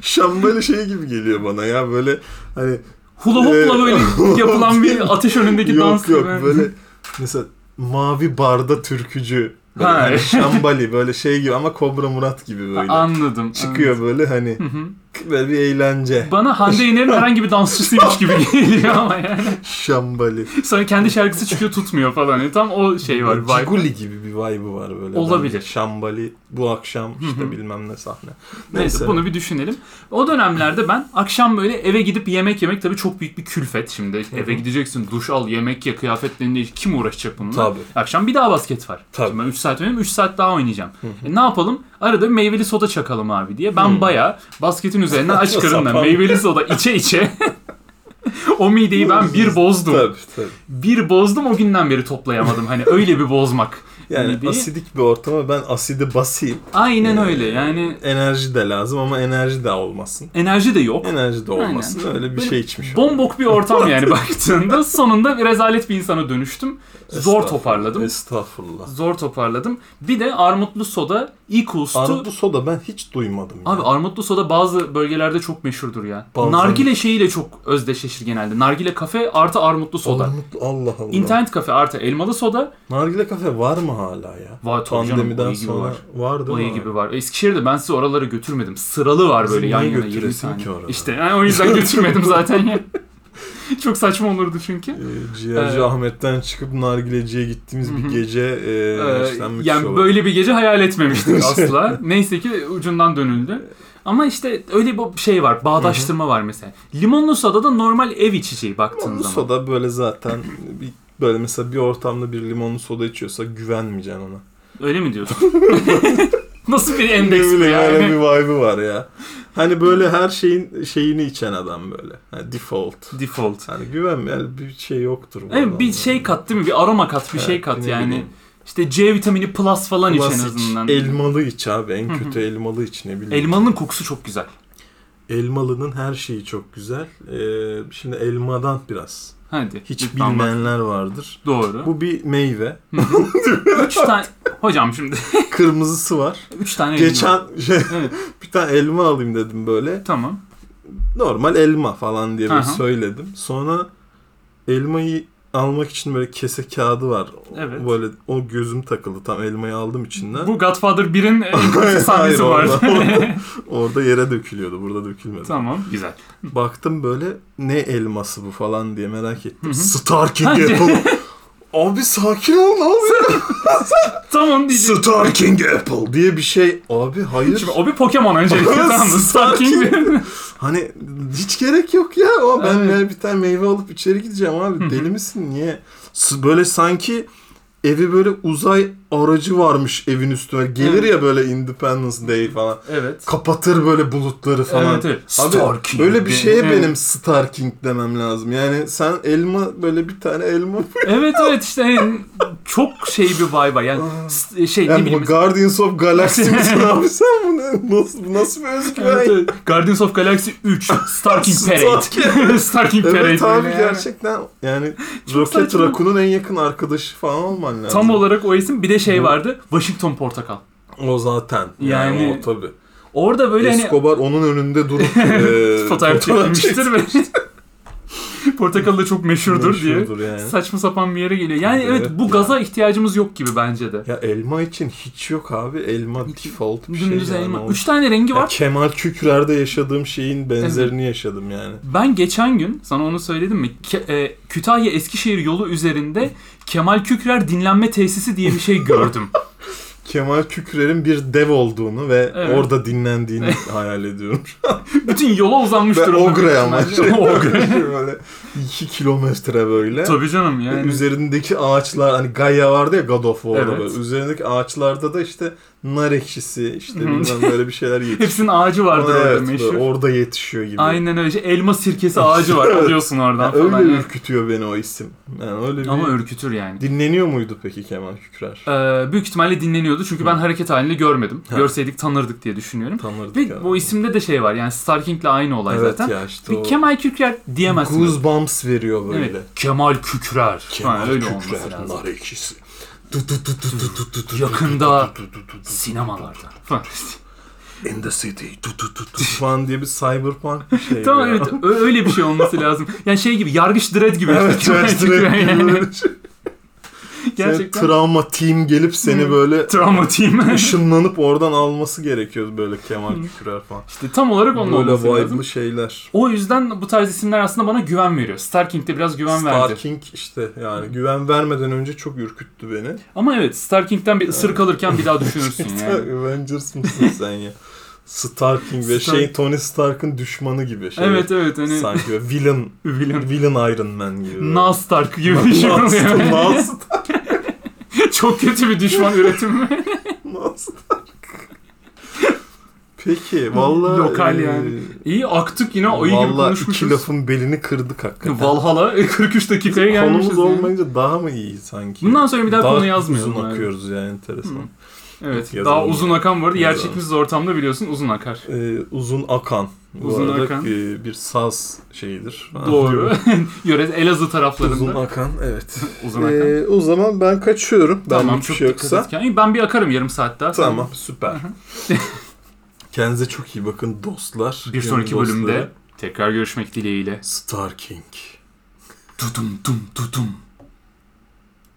[SPEAKER 2] Şambali şey gibi geliyor bana ya böyle hani
[SPEAKER 1] Hula hopla
[SPEAKER 2] Ee,
[SPEAKER 1] böyle yapılan bir ateş önündeki dans
[SPEAKER 2] yok
[SPEAKER 1] gibi.
[SPEAKER 2] yok böyle mesela mavi barda türkücü böyle
[SPEAKER 1] Ha.
[SPEAKER 2] hani şambali böyle şey gibi ama Kobra Murat gibi böyle
[SPEAKER 1] Anladım.
[SPEAKER 2] çıkıyor böyle hani
[SPEAKER 1] hı.
[SPEAKER 2] böyle bir eğlence
[SPEAKER 1] anladım. Bana Hande Yener'in herhangi bir dansçısıymış gibi geliyor ama yani.
[SPEAKER 2] şambali
[SPEAKER 1] Sonra kendi şarkısı çıkıyor tutmuyor falan. Yani tam o şey var. vibe.
[SPEAKER 2] Ciguli gibi bir vibe'ı var böyle
[SPEAKER 1] Olabilir.
[SPEAKER 2] bence. şambali bu akşam
[SPEAKER 1] Hı
[SPEAKER 2] işte
[SPEAKER 1] hı.
[SPEAKER 2] bilmem ne sahne
[SPEAKER 1] Neyse
[SPEAKER 2] neyse
[SPEAKER 1] bunu bir düşünelim. O dönemlerde ben akşam böyle eve gidip yemek yemek tabii çok büyük bir külfet şimdi. Eve gideceksin, duş al, yemek ye, kıyafetlerini değiş. Kim uğraşacak bununla?
[SPEAKER 2] Tabii.
[SPEAKER 1] Akşam bir daha basket var.
[SPEAKER 2] Tabii.
[SPEAKER 1] Şimdi ben 3 saat oynayayım, 3 saat daha oynayacağım. E, ne yapalım? Arada bir meyveli soda çakalım abi diye. Ben bayağı basketin üzerinden aç
[SPEAKER 2] Saçma
[SPEAKER 1] karınla
[SPEAKER 2] sapan.
[SPEAKER 1] meyveli soda içe içe o mideyi ben bir bozdum.
[SPEAKER 2] tabii tabii
[SPEAKER 1] Bir bozdum o günden beri toplayamadım. Hani öyle bir bozmak.
[SPEAKER 2] yani
[SPEAKER 1] Mideyi-
[SPEAKER 2] asidik bir ortama ben asidi basayım
[SPEAKER 1] Aynen
[SPEAKER 2] Ee,
[SPEAKER 1] öyle yani
[SPEAKER 2] enerji de lazım ama enerji de olmasın
[SPEAKER 1] enerji de yok.
[SPEAKER 2] enerji de olmasın
[SPEAKER 1] Aynen.
[SPEAKER 2] öyle bir
[SPEAKER 1] Böyle
[SPEAKER 2] şey içmiş
[SPEAKER 1] Bombok bir ortam yani baktığında. Sonunda bir rezalet bir insana dönüştüm. Zor
[SPEAKER 2] Estağfurullah.
[SPEAKER 1] toparladım.
[SPEAKER 2] Estağfurullah.
[SPEAKER 1] Zor toparladım. Bir de armutlu soda equals to...
[SPEAKER 2] Armutlu soda ben hiç duymadım.
[SPEAKER 1] Abi armutlu soda bazı bölgelerde çok meşhurdur ya.
[SPEAKER 2] Bazen-
[SPEAKER 1] Nargile şeyiyle çok özdeşleşir genelde. Nargile kafe artı armutlu soda.
[SPEAKER 2] Armutlu Allah Allah.
[SPEAKER 1] İnternet kafe artı elmalı soda.
[SPEAKER 2] Nargile kafe var mı hala ya?
[SPEAKER 1] Vay tabii canım,
[SPEAKER 2] Pandemiden
[SPEAKER 1] iyi gibi
[SPEAKER 2] sonra
[SPEAKER 1] var.
[SPEAKER 2] vardı
[SPEAKER 1] Bayı gibi var. Eskişehir'de ben sizi oralara götürmedim. Sıralı var böyle
[SPEAKER 2] Bizi
[SPEAKER 1] yan
[SPEAKER 2] niye
[SPEAKER 1] yana 20
[SPEAKER 2] götüresin
[SPEAKER 1] tane.
[SPEAKER 2] ki orada?
[SPEAKER 1] İşte yani o yüzden götürmedim zaten ya. Çok saçma olurdu çünkü.
[SPEAKER 2] Ee, Ciğerci
[SPEAKER 1] Ee,
[SPEAKER 2] Ahmet'ten çıkıp nargileciye gittiğimiz
[SPEAKER 1] Hı
[SPEAKER 2] bir
[SPEAKER 1] hı.
[SPEAKER 2] gece e,
[SPEAKER 1] Ee,
[SPEAKER 2] işten müthiş
[SPEAKER 1] yani
[SPEAKER 2] oldu.
[SPEAKER 1] böyle bir gece hayal etmemiştik asla. Neyse ki ucundan dönüldü. Ama işte öyle bir şey var, bağdaştırma var mesela. Limonlu soda da normal ev içeceği baktığın
[SPEAKER 2] Limonlu
[SPEAKER 1] zaman.
[SPEAKER 2] soda böyle zaten bir, böyle mesela bir ortamda bir limonlu soda içiyorsa güvenmeyeceksin ona.
[SPEAKER 1] Öyle mi diyorsun? Nasıl bir endeks
[SPEAKER 2] Ne
[SPEAKER 1] bu
[SPEAKER 2] bileyim, öyle bir
[SPEAKER 1] yani?
[SPEAKER 2] vibe'ı var ya. Hani böyle her şeyin şeyini içen adam böyle. Hani default.
[SPEAKER 1] Default.
[SPEAKER 2] Hani güvenme yani bir şey yoktur. bu
[SPEAKER 1] Evet, bir
[SPEAKER 2] adamda.
[SPEAKER 1] şey kat değil mi? Bir aroma kat, bir
[SPEAKER 2] Evet,
[SPEAKER 1] şey kat
[SPEAKER 2] ne
[SPEAKER 1] yani.
[SPEAKER 2] bileyim.
[SPEAKER 1] İşte C vitamini plus falan iç en
[SPEAKER 2] Klasik
[SPEAKER 1] azından.
[SPEAKER 2] Elmalı iç abi. En kötü elmalı iç ne bileyim.
[SPEAKER 1] Elmanın kokusu çok güzel.
[SPEAKER 2] Elmalının her şeyi çok güzel. Ee, şimdi elmadan biraz.
[SPEAKER 1] Hadi.
[SPEAKER 2] Hiç
[SPEAKER 1] lütfen bak.
[SPEAKER 2] bilmeyenler vardır.
[SPEAKER 1] Doğru.
[SPEAKER 2] Bu bir meyve.
[SPEAKER 1] Üç tane... Hocam şimdi
[SPEAKER 2] Kırmızısı var.
[SPEAKER 1] üç tane elma.
[SPEAKER 2] Geçen şey,
[SPEAKER 1] Evet.
[SPEAKER 2] bir tane elma alayım dedim böyle.
[SPEAKER 1] Tamam.
[SPEAKER 2] Normal elma falan diye böyle
[SPEAKER 1] Aha.
[SPEAKER 2] söyledim. Sonra elmayı almak için böyle kese kağıdı var. O-
[SPEAKER 1] Evet.
[SPEAKER 2] Böyle o gözüm takıldı tam elmayı aldım içinden.
[SPEAKER 1] Bu Godfather 1'in en kötü
[SPEAKER 2] Hayır,
[SPEAKER 1] sahnesi var.
[SPEAKER 2] orada- Orada yere dökülüyordu. Burada dökülmedi.
[SPEAKER 1] tamam. Güzel.
[SPEAKER 2] Baktım böyle ne elması bu falan diye merak ettim.
[SPEAKER 1] Hı hı.
[SPEAKER 2] Star King
[SPEAKER 1] Hadi.
[SPEAKER 2] Apple. Abi sakin ol ne oluyor?
[SPEAKER 1] Tamam diyeceğim.
[SPEAKER 2] Star King Apple diye bir şey. Abi hayır.
[SPEAKER 1] Şimdi o bir Pokemon öncelikle tamam mı? Star King.
[SPEAKER 2] Hani hiç gerek yok ya. O ben
[SPEAKER 1] Evet.
[SPEAKER 2] meğer bir tane meyve alıp içeri gideceğim abi. Deli misin? Niye? S- Böyle sanki evi böyle uzay aracı varmış evin üstüne. Gelir ya böyle Independence Day falan.
[SPEAKER 1] evet.
[SPEAKER 2] Kapatır böyle bulutları falan.
[SPEAKER 1] Evet, evet.
[SPEAKER 2] Abi
[SPEAKER 1] Star King
[SPEAKER 2] öyle bir
[SPEAKER 1] de-
[SPEAKER 2] şeye
[SPEAKER 1] Evet.
[SPEAKER 2] benim Star King demem lazım. Yani sen elma böyle bir tane elma.
[SPEAKER 1] Evet evet işte yani çok şey bir vibe var. Yani s- şey ne
[SPEAKER 2] Yani
[SPEAKER 1] bileyim.
[SPEAKER 2] bu Guardians of Galaxy misin abi sen bu ne? Nasıl, bu nasıl bir özgüven?
[SPEAKER 1] Evet, evet. Guardians of Galaxy 3 Star King Parade. Star King Parade.
[SPEAKER 2] Evet abi
[SPEAKER 1] böyle yani.
[SPEAKER 2] gerçekten yani Rocket
[SPEAKER 1] saçma.
[SPEAKER 2] Raccoon'un en yakın arkadaşı falan olman lazım.
[SPEAKER 1] Tam olarak o isim. Bir de şey
[SPEAKER 2] Hı.
[SPEAKER 1] vardı. Washington Portakal.
[SPEAKER 2] O zaten. Yani,
[SPEAKER 1] Yani-
[SPEAKER 2] o tabii.
[SPEAKER 1] Orada böyle hani
[SPEAKER 2] Escobar onun önünde durup e,
[SPEAKER 1] fotoğraf çekilmiştir ve Portakal da çok meşhurdur, diye.
[SPEAKER 2] Meşhurdur yani.
[SPEAKER 1] Saçma sapan bir yere geliyor. Yani evet,
[SPEAKER 2] Evet
[SPEAKER 1] bu
[SPEAKER 2] ya.
[SPEAKER 1] gaza ihtiyacımız yok gibi bence de.
[SPEAKER 2] Ya elma için hiç yok abi. Elma default bir şey.
[SPEAKER 1] Dümdüz
[SPEAKER 2] yani
[SPEAKER 1] elma.
[SPEAKER 2] o.
[SPEAKER 1] Üç tane rengi
[SPEAKER 2] Ya
[SPEAKER 1] var.
[SPEAKER 2] Kemal Kükürer'de yaşadığım şeyin benzerini yaşadım yani.
[SPEAKER 1] Ben geçen gün sana onu söyledim mi? Ke- e, Kütahya Eskişehir yolu üzerinde Kemal Kükrer dinlenme tesisi diye bir şey gördüm.
[SPEAKER 2] Kemal Kükürer'in bir dev olduğunu ve
[SPEAKER 1] Evet.
[SPEAKER 2] orada dinlendiğini hayal ediyorum.
[SPEAKER 1] Bütün yola uzanmış
[SPEAKER 2] Ve
[SPEAKER 1] durumda.
[SPEAKER 2] Ogre ama.
[SPEAKER 1] Ogre.
[SPEAKER 2] böyle 2 kilometre böyle.
[SPEAKER 1] Tabii canım yani.
[SPEAKER 2] Üzerindeki ağaçlar hani Gaia vardı ya God of War'da
[SPEAKER 1] Evet.
[SPEAKER 2] böyle. Üzerindeki ağaçlarda da işte nar ekşisi işte
[SPEAKER 1] Hı.
[SPEAKER 2] bilmem böyle bir şeyler yetişiyor.
[SPEAKER 1] Hepsinin ağacı vardır
[SPEAKER 2] Evet,
[SPEAKER 1] orada
[SPEAKER 2] böyle
[SPEAKER 1] meşhur.
[SPEAKER 2] Orada yetişiyor gibi.
[SPEAKER 1] Aynen öyle. şey, Elma sirkesi ağacı var.
[SPEAKER 2] Evet.
[SPEAKER 1] Alıyorsun oradan
[SPEAKER 2] Yani
[SPEAKER 1] falan.
[SPEAKER 2] öyle
[SPEAKER 1] yani.
[SPEAKER 2] ürkütüyor beni o isim. Yani öyle bir...
[SPEAKER 1] Ama ürkütür yani.
[SPEAKER 2] Dinleniyor muydu peki Kemal Kükrer?
[SPEAKER 1] Ee, büyük ihtimalle dinleniyordu çünkü ben hareket halini görmedim.
[SPEAKER 2] Ha.
[SPEAKER 1] Görseydik tanırdık diye düşünüyorum.
[SPEAKER 2] Tanırdık
[SPEAKER 1] Ve
[SPEAKER 2] ya.
[SPEAKER 1] bu isimde de şey var yani Star King'le aynı olay
[SPEAKER 2] evet
[SPEAKER 1] zaten.
[SPEAKER 2] ya işte
[SPEAKER 1] Bir
[SPEAKER 2] o
[SPEAKER 1] Kemal Kükrer diyemezsin.
[SPEAKER 2] goosebumps veriyor böyle.
[SPEAKER 1] Evet. Kemal Kükrer.
[SPEAKER 2] Kemal
[SPEAKER 1] ha, öyle olması
[SPEAKER 2] Kükrer,
[SPEAKER 1] lazım.
[SPEAKER 2] nar ekşisi. Du, du, du, du, du, du, du, du, du,
[SPEAKER 1] Yakında
[SPEAKER 2] du, du, du, du, du.
[SPEAKER 1] Sinemalarda. Falan.
[SPEAKER 2] In the city. Du, du, du, du. Falan diye bir cyberpunk bir şey.
[SPEAKER 1] tamam
[SPEAKER 2] ya.
[SPEAKER 1] evet ö- öyle bir şey olması lazım. Yani şey gibi Yargıç Dredd gibi.
[SPEAKER 2] Evet,
[SPEAKER 1] Kemal
[SPEAKER 2] Judge
[SPEAKER 1] Kükrer
[SPEAKER 2] Dredd gibi
[SPEAKER 1] yani.
[SPEAKER 2] böyle şey.
[SPEAKER 1] Gerçekten Hmm.
[SPEAKER 2] Senin travma team gelip seni böyle
[SPEAKER 1] travma team.
[SPEAKER 2] ışınlanıp oradan alması gerekiyor böyle Kemal Kükrer falan.
[SPEAKER 1] işte tam olarak onun
[SPEAKER 2] Böyle
[SPEAKER 1] olması Hmm. lazım.
[SPEAKER 2] vibe'lı şeyler.
[SPEAKER 1] O yüzden bu tarz isimler aslında bana güven veriyor. Star King'de biraz güven verdi. Hmm.
[SPEAKER 2] Star King işte yani güven vermeden önce çok ürküttü beni.
[SPEAKER 1] Ama evet Star King'den bir ısırık alırken bir daha düşünürsün yani.
[SPEAKER 2] Avengers mısın sen ya? Star King ve
[SPEAKER 1] Star-
[SPEAKER 2] şey Tony Stark'ın düşmanı gibi şey.
[SPEAKER 1] Evet evet hani
[SPEAKER 2] Sanki böyle villain,
[SPEAKER 1] villain
[SPEAKER 2] villain Iron Man gibi.
[SPEAKER 1] Nal Stark gibi bir şey
[SPEAKER 2] Nas-
[SPEAKER 1] oluyor.
[SPEAKER 2] Nas-
[SPEAKER 1] Çok kötü bir düşman üretimi.
[SPEAKER 2] Nas Stark. Peki vallahi
[SPEAKER 1] Lokal
[SPEAKER 2] e,
[SPEAKER 1] yani. İyi aktık yine ayı gibi
[SPEAKER 2] vallahi iki
[SPEAKER 1] konuşmuşuz.
[SPEAKER 2] lafın belini kırdık hakikaten.
[SPEAKER 1] Valhalla 43 dakikaya gelmişiz.
[SPEAKER 2] Konumuz
[SPEAKER 1] yani.
[SPEAKER 2] olmayınca daha mı iyi sanki?
[SPEAKER 1] Bundan sonra bir daha konu yazmayalım
[SPEAKER 2] uzun
[SPEAKER 1] yani.
[SPEAKER 2] akıyoruz ya enteresan.
[SPEAKER 1] Evet
[SPEAKER 2] Yazalım
[SPEAKER 1] daha
[SPEAKER 2] yani.
[SPEAKER 1] uzun akan vardı. Yer
[SPEAKER 2] Yazalım.
[SPEAKER 1] çekimsiz ortamda biliyorsun uzun akar.
[SPEAKER 2] Ee, uzun akan. Bu
[SPEAKER 1] Uzun
[SPEAKER 2] arada
[SPEAKER 1] akan.
[SPEAKER 2] e, bir saz şeyidir.
[SPEAKER 1] Doğru. Yöre Elazığ
[SPEAKER 2] Ah, Uzun
[SPEAKER 1] taraflarında.
[SPEAKER 2] akan evet.
[SPEAKER 1] Uzun akan.
[SPEAKER 2] Ee, o zaman ben kaçıyorum.
[SPEAKER 1] Tamam
[SPEAKER 2] Tamam,
[SPEAKER 1] çok
[SPEAKER 2] çok şey
[SPEAKER 1] dikkat
[SPEAKER 2] yoksa.
[SPEAKER 1] et. kendine. Ben bir akarım yarım saat daha.
[SPEAKER 2] Tamam süper. Kendinize çok iyi bakın dostlar.
[SPEAKER 1] Bir sonraki
[SPEAKER 2] Yeni dostları.
[SPEAKER 1] bölümde tekrar görüşmek dileğiyle.
[SPEAKER 2] Star King.
[SPEAKER 1] Tutum tum tutum.